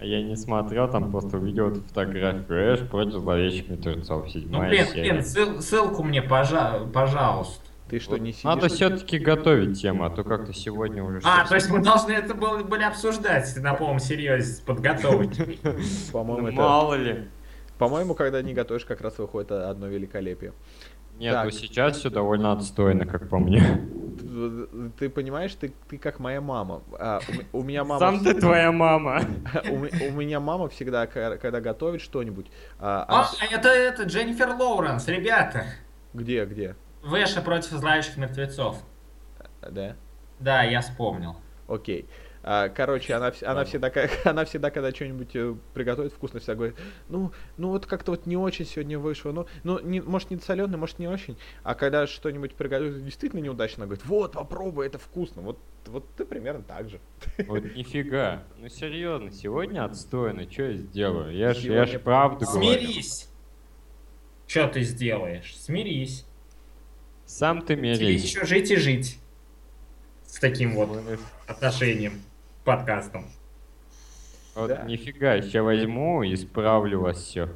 Speaker 2: А Я не смотрел, там просто увидел эту фотографию Эш против зловещих мертвецов, седьмая
Speaker 4: ну, блин,
Speaker 2: серия.
Speaker 4: Блин, ссыл, ссылку мне, пожа пожалуйста.
Speaker 1: Ты что, не сидишь?
Speaker 2: Ну, Надо все-таки готовить тему, а то как-то сегодня уже...
Speaker 4: А, то есть мы должны это было, были обсуждать на полном серьезе, подготовить.
Speaker 1: По-моему, это...
Speaker 2: Ну, Мало ли.
Speaker 1: По-моему, когда не готовишь, как раз выходит одно великолепие.
Speaker 2: Нет, так. ну сейчас все довольно отстойно, как по мне.
Speaker 1: Ты, ты понимаешь, ты, ты как моя мама. А, у, у меня мама...
Speaker 2: Сам ты твоя мама.
Speaker 1: У, у меня мама всегда, когда готовит что-нибудь...
Speaker 4: А, а... а это, это Дженнифер Лоуренс, ребята.
Speaker 1: Где, где?
Speaker 4: Выше против злающих мертвецов.
Speaker 1: Да?
Speaker 4: Да, я вспомнил.
Speaker 1: Окей. А, короче, она, она, всегда, она всегда, когда что-нибудь э, приготовит вкусно, всегда говорит, ну, ну вот как-то вот не очень сегодня вышло, ну, ну не, может не соленый, может не очень, а когда что-нибудь приготовит действительно неудачно, она говорит, вот, попробуй, это вкусно, вот, вот ты примерно так же.
Speaker 2: Вот нифига, ну серьезно, сегодня отстойно, что я сделаю, я же я ж правду
Speaker 4: Смирись. говорю. Смирись! Что ты сделаешь? Смирись.
Speaker 2: Сам ты мерись. Тебе
Speaker 4: еще жить и жить. С таким вот отношением подкастом.
Speaker 2: Вот да. нифига, сейчас возьму и исправлю вас все.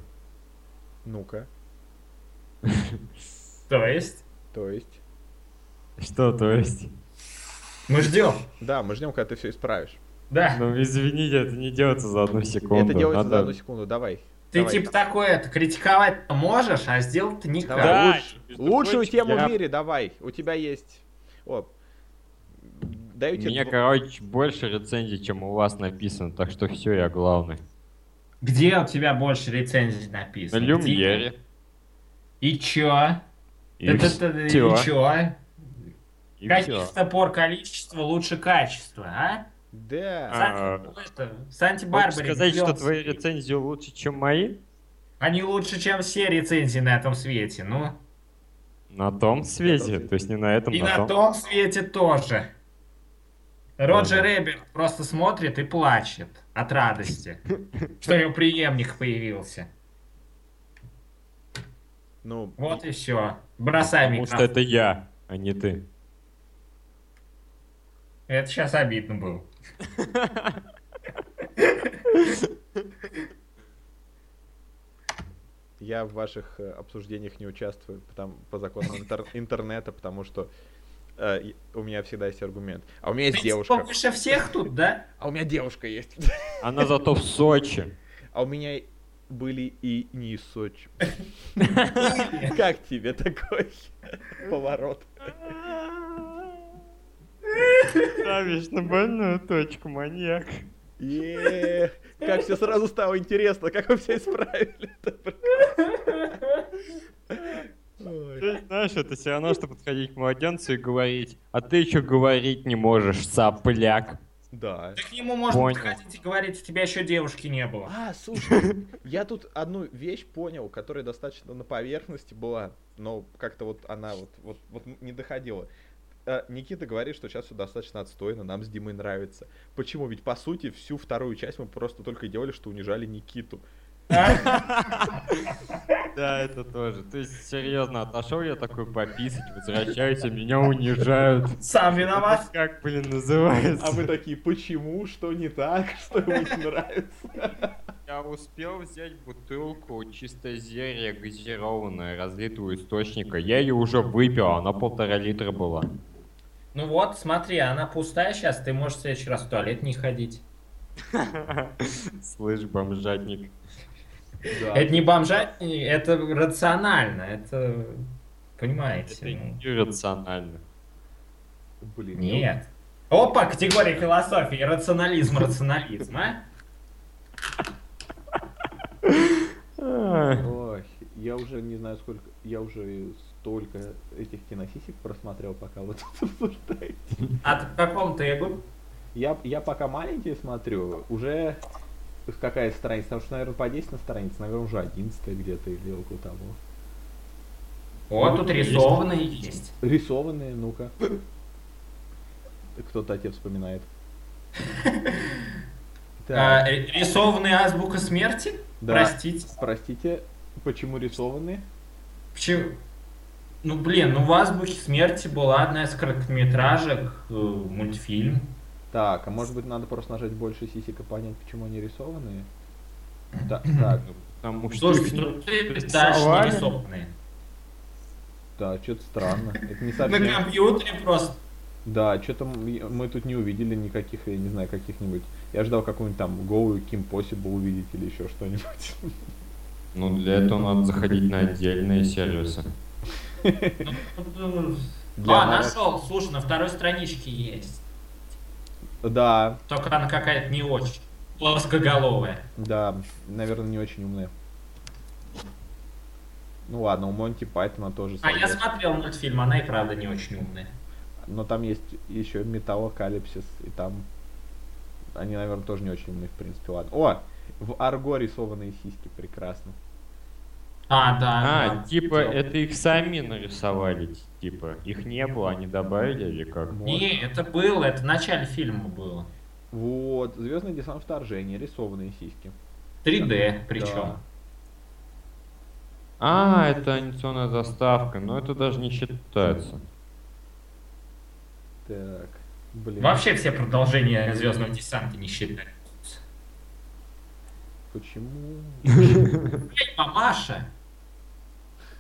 Speaker 1: Ну-ка.
Speaker 4: То есть?
Speaker 1: То есть?
Speaker 2: Что то есть?
Speaker 4: Мы ждем.
Speaker 1: Да, мы ждем, когда ты все исправишь.
Speaker 4: Да.
Speaker 2: Ну, извините, это не делается за одну секунду.
Speaker 1: Это делается Надо... за одну секунду, давай.
Speaker 4: Ты
Speaker 1: давай.
Speaker 4: типа такое, это критиковать можешь, а сделать-то никак.
Speaker 2: Да,
Speaker 1: Луч... Лучшую тему я... в мире, давай. У тебя есть. О,
Speaker 2: даю тебе... Мне, дв... короче, больше рецензий, чем у вас написано, так что все, я главный. Ну,
Speaker 4: Где у тебя больше рецензий написано?
Speaker 2: На Люмьере.
Speaker 4: И чё?
Speaker 2: И это,
Speaker 4: все. Это, и чё? И количество все. пор количество лучше качества, а? ну
Speaker 1: Да.
Speaker 4: Санти Барбари.
Speaker 2: сказать, что твои рецензии лучше, чем мои?
Speaker 4: Они лучше, чем все рецензии на этом свете, ну.
Speaker 2: На том свете, то есть не на этом,
Speaker 4: И на,
Speaker 2: том.
Speaker 4: том свете тоже. Роджер Эберт просто смотрит и плачет от радости, что его преемник появился.
Speaker 1: Ну,
Speaker 4: вот и все. Бросай
Speaker 2: Потому
Speaker 4: микрофон.
Speaker 2: что это я, а не ты.
Speaker 4: Это сейчас обидно было.
Speaker 1: Я в ваших э, обсуждениях не участвую потому, по законам интер- интернета, потому что Uh, у меня всегда есть аргумент. А у меня есть
Speaker 4: Ты
Speaker 1: девушка.
Speaker 4: Ты выше всех тут, да?
Speaker 1: А у меня девушка есть.
Speaker 2: Она зато в Сочи.
Speaker 1: А у меня были и не из Сочи. Как тебе такой поворот?
Speaker 2: Ставишь на больную точку, маньяк.
Speaker 1: Как все сразу стало интересно, как вы все исправили.
Speaker 2: Ой.
Speaker 3: Ты знаешь, это все равно, что подходить к младенцу и говорить, а ты еще говорить не можешь, сопляк.
Speaker 1: Да.
Speaker 4: Да к нему можно
Speaker 3: Понял.
Speaker 4: подходить и говорить, у тебя еще девушки не было.
Speaker 1: А, слушай, я тут одну вещь понял, которая достаточно на поверхности была, но как-то вот она вот, вот, вот не доходила. Э, Никита говорит, что сейчас все достаточно отстойно, нам с Димой нравится. Почему? Ведь по сути всю вторую часть мы просто только делали, что унижали Никиту.
Speaker 3: Да, это тоже. То есть, серьезно, отошел я такой пописать, возвращаюсь, и меня унижают.
Speaker 4: Сам виноват.
Speaker 3: Как, блин, называется?
Speaker 1: А мы такие, почему, что не так, что ему не нравится?
Speaker 3: Я успел взять бутылку чисто зелья газированное, разлитую источника. Я ее уже выпил, а она полтора литра была.
Speaker 4: Ну вот, смотри, она пустая сейчас, ты можешь в следующий раз в туалет не ходить.
Speaker 3: Слышь, бомжатник.
Speaker 1: Да.
Speaker 4: Это не бомжать, это рационально, это...
Speaker 3: Это
Speaker 4: Понимаете? ну,
Speaker 3: иррационально.
Speaker 1: Блин, ну,
Speaker 4: Нет. Опа, категория философии, рационализм, рационализм, а?
Speaker 3: А,
Speaker 1: Ой, я уже не знаю сколько, я уже столько этих киносисек просмотрел, пока вот тут обсуждаете.
Speaker 4: А ты по какому тегу?
Speaker 1: Я, я пока маленькие смотрю, уже какая страница, потому что, наверное, по 10 на странице, наверное, уже 11 где-то или около того.
Speaker 4: О, тут рисованные есть.
Speaker 1: Рисованные, ну-ка. Кто-то о тебе вспоминает.
Speaker 4: А,
Speaker 1: Так,
Speaker 4: э, рисованная азбука смерти?
Speaker 1: Да.
Speaker 4: Простите.
Speaker 1: простите, почему рисованные?
Speaker 4: Почему? Ну блин, ну в азбуке смерти была одна из короткометражек, э, мультфильм.
Speaker 1: Так, а может быть надо просто нажать больше сисек и понять, почему они рисованные? Так, так,
Speaker 3: Потому что
Speaker 4: Слушай,
Speaker 3: их
Speaker 4: ну ты писаешь
Speaker 3: нарисовали.
Speaker 4: рисованные.
Speaker 1: да, что-то странно. Это не
Speaker 4: На
Speaker 1: совсем...
Speaker 4: компьютере просто.
Speaker 1: Да, что-то мы тут не увидели никаких, я не знаю, каких-нибудь. Я ждал какую-нибудь там голую Kim Possible увидеть или еще что-нибудь.
Speaker 3: Ну, для этого надо заходить на отдельные сервисы.
Speaker 4: Ну,
Speaker 1: Для
Speaker 4: А,
Speaker 1: нас-
Speaker 4: нашел, слушай, на второй страничке есть.
Speaker 1: Да,
Speaker 4: Только она какая-то не очень. Плоскоголовая.
Speaker 1: да, наверное, не очень умная. Ну ладно, у Монти Пайтона тоже
Speaker 4: А я
Speaker 1: своя.
Speaker 4: смотрел мультфильм, она и правда не очень умная.
Speaker 1: Но там есть еще Металлокалипсис, и там они, наверное, тоже не очень умные, в принципе, ладно. О, в Арго рисованные сиськи, прекрасно.
Speaker 4: А, да.
Speaker 3: А,
Speaker 4: да.
Speaker 3: типа, это их сами нарисовали, типа. Их не было, они добавили или как?
Speaker 4: Не, это было, это в начале фильма было.
Speaker 1: Вот, Звездный десант вторжение, рисованные сиськи.
Speaker 4: 3D причем.
Speaker 1: Да.
Speaker 3: А, это анимационная заставка, но это даже не считается.
Speaker 1: Так, блин.
Speaker 4: Вообще все продолжения Звездного десанта не считают.
Speaker 1: Почему?
Speaker 4: Эй, мамаша!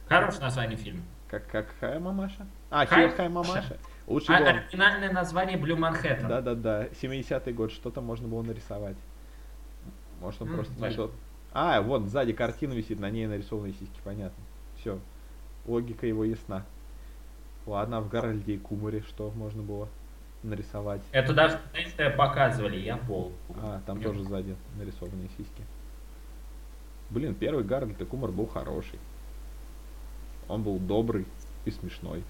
Speaker 4: Хорошее название фильма.
Speaker 1: Как, как Хай Мамаша? А,
Speaker 4: Хай
Speaker 1: Хай, Хай Мамаша. Лучший
Speaker 4: А,
Speaker 1: гон.
Speaker 4: оригинальное название Блю Манхэттен.
Speaker 1: Да-да-да, 70-й год, что-то можно было нарисовать. Может, он
Speaker 4: М,
Speaker 1: просто
Speaker 4: блин.
Speaker 1: нашел... А, вон, сзади картина висит, на ней нарисованы сиськи, понятно. Все, логика его ясна. Ладно, а в Гарольде и Кумаре что можно было нарисовать?
Speaker 4: Это даже в ТНТ показывали, я пол.
Speaker 1: А, там
Speaker 4: Понятно.
Speaker 1: тоже сзади нарисованные сиськи. Блин, первый Гарольд и Кумар был хороший. Он был добрый и смешной.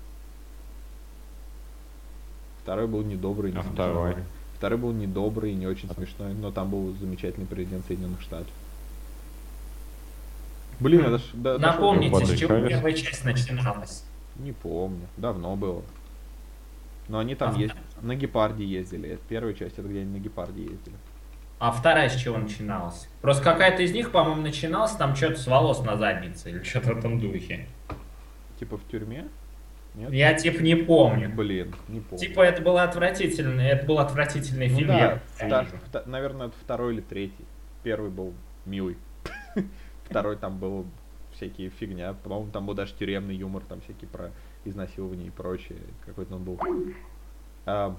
Speaker 1: Второй был недобрый и не
Speaker 3: А
Speaker 1: смешной.
Speaker 3: второй?
Speaker 1: Второй был недобрый и не очень смешной, но там был замечательный президент Соединенных Штатов. Блин, это ж... да- дошёл-
Speaker 4: Напомните, с
Speaker 3: Патрик
Speaker 4: чего
Speaker 3: Харрис.
Speaker 4: первая часть начиналась.
Speaker 1: Не помню, давно было. Но они там
Speaker 4: А
Speaker 1: ездили, на гепарде ездили. Это первая часть, это где они на гепарде ездили.
Speaker 4: А вторая с чего начиналась? Просто какая-то из них, по-моему, начиналась там что-то с волос на заднице или что-то в этом духе.
Speaker 1: Типа в тюрьме? Нет?
Speaker 4: Я типа не помню.
Speaker 1: Блин, не помню.
Speaker 4: Типа это было отвратительно, это был отвратительный
Speaker 1: Ну
Speaker 4: фильм.
Speaker 1: да,
Speaker 4: я
Speaker 1: вта-
Speaker 4: вижу.
Speaker 1: вта- наверное, это второй или третий. Первый был милый. Второй там был всякие фигня. По-моему, там был даже тюремный юмор, там всякие про изнасилование и прочее. Какой-то он был. А,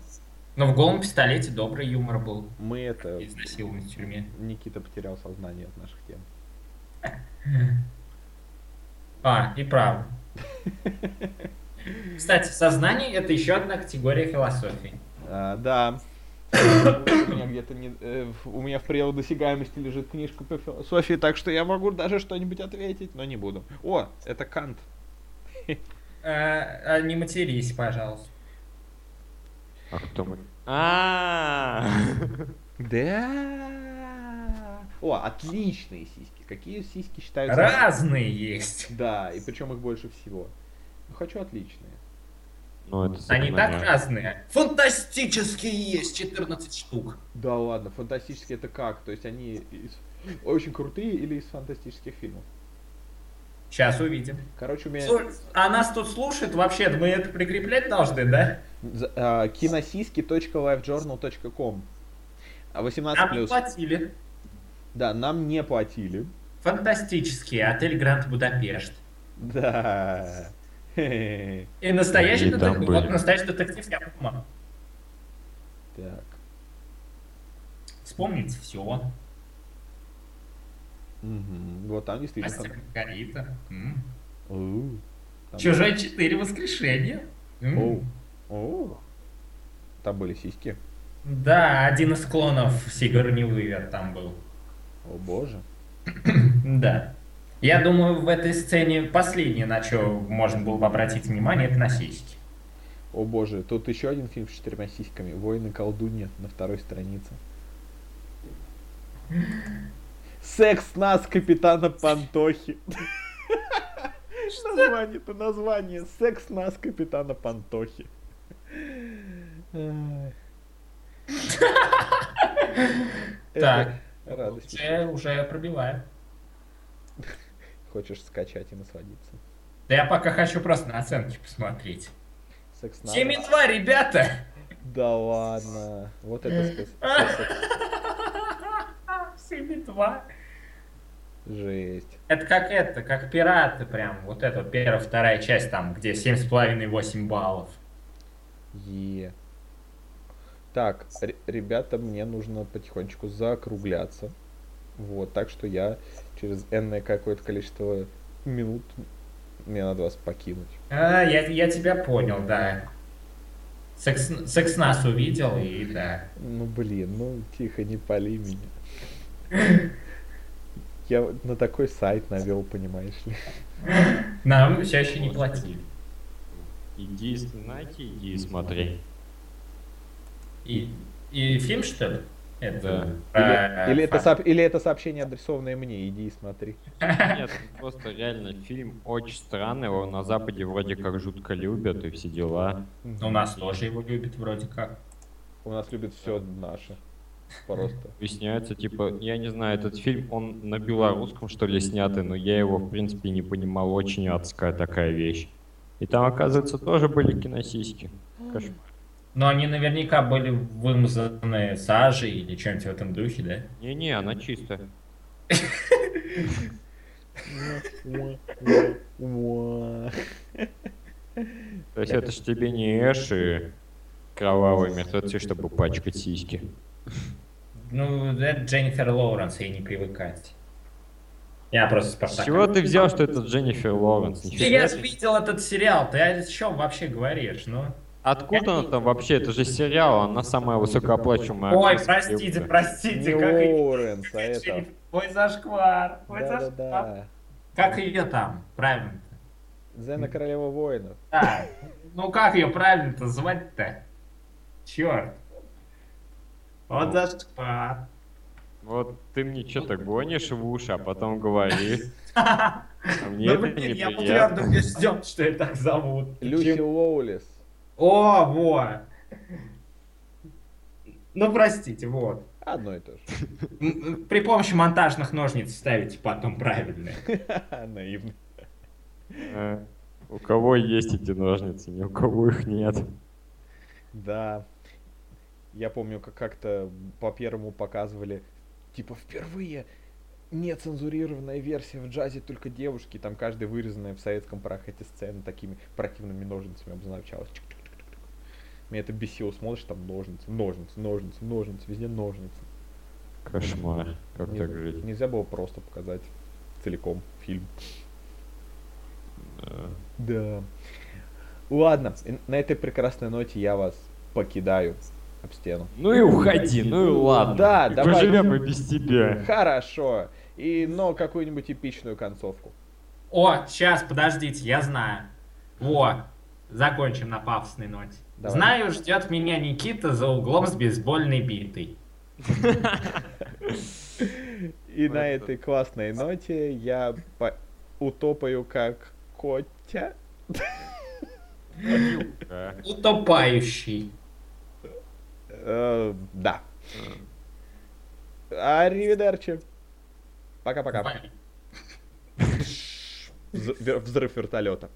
Speaker 4: Но в голом пистолете добрый юмор был.
Speaker 1: мы это...
Speaker 4: Изнасилован в тюрьме.
Speaker 1: Никита потерял сознание от наших тем.
Speaker 4: А, и правда. Кстати, сознание это еще одна категория философии.
Speaker 1: А, да. у меня где-то не, э, в- у меня в пределах досягаемости лежит книжка по философии, так что я могу даже что-нибудь ответить, но не буду. О, это Кант.
Speaker 4: А, а не матерись, пожалуйста.
Speaker 2: А кто мы? А.
Speaker 1: Да. О, отличные сиськи. Какие сиськи считаются?
Speaker 4: Разные есть.
Speaker 1: Да, и причем их больше всего. Ну, хочу отличные.
Speaker 2: Ну, это
Speaker 4: Они так
Speaker 2: заклинание.
Speaker 4: разные. Фантастические есть 14 штук.
Speaker 1: Да ладно, фантастические это как? То есть они из- очень крутые или из фантастических фильмов?
Speaker 4: Сейчас увидим.
Speaker 1: Короче, у меня
Speaker 4: Слушай, А нас тут слушают вообще, мы это прикреплять должны, да?
Speaker 1: за- а, киносиськи.lifejournal.com А, 18
Speaker 4: Нам
Speaker 1: плюс.
Speaker 4: платили.
Speaker 1: Да, нам не платили.
Speaker 4: Фантастический отель Гранд Будапешт.
Speaker 1: Да. Хе-хе.
Speaker 4: И настоящий,
Speaker 2: Они там
Speaker 4: детектив,
Speaker 2: были.
Speaker 4: вот настоящий детектив я помню.
Speaker 1: Так.
Speaker 4: Вспомнить все.
Speaker 1: Мгм. Вот там действительно.
Speaker 4: Мастер и Маргарита. М.
Speaker 1: Оу. Там-
Speaker 4: Чужой 4 воскрешение. М.
Speaker 1: Оу. Оу. Там были сиськи.
Speaker 4: Да, один из клонов Сигарни Уивер там был.
Speaker 1: О боже.
Speaker 4: Да. Я думаю, в этой сцене последнее, на что можно было бы обратить внимание, это на сиськи.
Speaker 1: О боже, тут еще один фильм с четырьмя сиськами. Воины колдунья на второй странице. Секс нас, капитана Пантохи. Название-то название. Секс нас, капитана Пантохи. Эх.
Speaker 4: Так.
Speaker 1: Это Радость.
Speaker 4: Уже, уже пробиваю.
Speaker 1: Хочешь скачать и насладиться.
Speaker 4: Да я пока хочу просто на оценки посмотреть.
Speaker 1: Секс нас.
Speaker 4: 7,2, ребята!
Speaker 1: Да ладно. Вот это спец- спец-
Speaker 4: 7,2.
Speaker 1: Жесть.
Speaker 4: Это как это, как пираты прям. Вот это вот первая, вторая часть там, где 7,5-8 баллов.
Speaker 1: Е. Так, р- ребята, мне нужно потихонечку закругляться. Вот, так что я через энное какое-то количество минут мне надо вас покинуть.
Speaker 4: А, я, я тебя понял, да. Секс, секс нас увидел и да.
Speaker 1: Ну блин, ну тихо, не пали меня. Я вот на такой сайт навел, понимаешь ли.
Speaker 4: Нам все еще не платили.
Speaker 2: Иди, знаете, иди и смотри.
Speaker 4: И, и фильм, что ли? Это,
Speaker 1: Или,
Speaker 4: про-
Speaker 1: или это,
Speaker 4: фа-
Speaker 1: сооб- или это сообщение, адресованное мне, иди и смотри.
Speaker 2: Нет,
Speaker 3: ну
Speaker 2: просто реально фильм очень странный, его на Западе вроде как жутко любят и все дела.
Speaker 4: Ну, У нас тоже его любят вроде как.
Speaker 1: У нас любят все наше. Просто.
Speaker 2: Объясняется, типа, я не знаю, этот фильм, он на белорусском, что ли, снятый, но я его, в принципе, не понимал, очень адская такая вещь. И там, оказывается, тоже были киносиськи. Кошмар.
Speaker 4: Но они наверняка были вымазаны сажей или чем-нибудь в этом духе, да?
Speaker 2: Не-не, она чистая.
Speaker 1: Уа.
Speaker 2: То есть это ж тебе не Эш и кровавые мертвецы, чтобы пачкать сиськи.
Speaker 4: Ну, это Дженнифер Лоуренс, ей не привыкать. Я просто
Speaker 2: С
Speaker 4: Спартак.
Speaker 2: чего ты взял, что это Дженнифер Лоуренс? Нифига
Speaker 4: Ты, я
Speaker 2: себе.
Speaker 4: же видел этот сериал, ты о чем вообще говоришь, ну?
Speaker 2: Откуда она там вообще? Это же сериал, она самая высокооплачиваемая.
Speaker 4: Ой,
Speaker 2: актриса. Ёпта.
Speaker 4: простите,
Speaker 1: Не
Speaker 4: простите, как ее...
Speaker 1: Лоуренс, а это...
Speaker 4: Ой, зашквар, ой, зашквар.
Speaker 1: Да-да-да.
Speaker 4: Как ее там, правильно?
Speaker 1: Зена Королева Воинов.
Speaker 4: Да, ну как ее правильно-то звать-то? Черт.
Speaker 2: Ну.
Speaker 4: Вот зашквар.
Speaker 2: Вот ты мне что-то гонишь в уши, а потом говоришь. А мне
Speaker 4: Ну,
Speaker 2: это
Speaker 4: блин, я был
Speaker 2: неприятно.
Speaker 4: твердо убежден, что ее так зовут.
Speaker 1: Люси Лоулис.
Speaker 4: О, во! Ну, простите, вот.
Speaker 1: Одно и то же.
Speaker 4: М, м, При помощи монтажных ножниц ставите потом правильные.
Speaker 1: Наивно.
Speaker 2: Э, У кого есть эти ножницы, ни у кого их нет.
Speaker 1: Да. Я помню, как как-то по первому показывали, типа, впервые нецензурированная версия в джазе только девушки, там каждая вырезанная в советском прахоте сцена такими противными ножницами обозначалась. Чик-чик-чик-чик. Меня это бесило, смотришь, там ножницы, ножницы, ножницы, ножницы, везде ножницы.
Speaker 2: Кошмар. Как
Speaker 1: Не-
Speaker 2: так жить?
Speaker 1: Нельзя было просто показать целиком фильм.
Speaker 2: Э,
Speaker 1: Да. Ладно, и на этой прекрасной ноте я вас покидаю об стену.
Speaker 2: Ну и уходи, ну и ладно.
Speaker 1: Да, давай.
Speaker 2: Поживем и без тебя.
Speaker 1: Хорошо. И, но какую-нибудь эпичную концовку.
Speaker 4: О, сейчас, подождите, я знаю. Во, закончим на пафосной ноте.
Speaker 5: Давай.
Speaker 4: Знаю, ждет меня Никита за углом с бейсбольной битой.
Speaker 1: И на
Speaker 2: это-
Speaker 1: этой классной ноте я по- утопаю как котя.
Speaker 2: Да.
Speaker 4: Утопающий.
Speaker 1: Э, Да. Аривидерчи. Пока-пока.
Speaker 4: Бай.
Speaker 1: Вз- вер- Взрыв вертолета.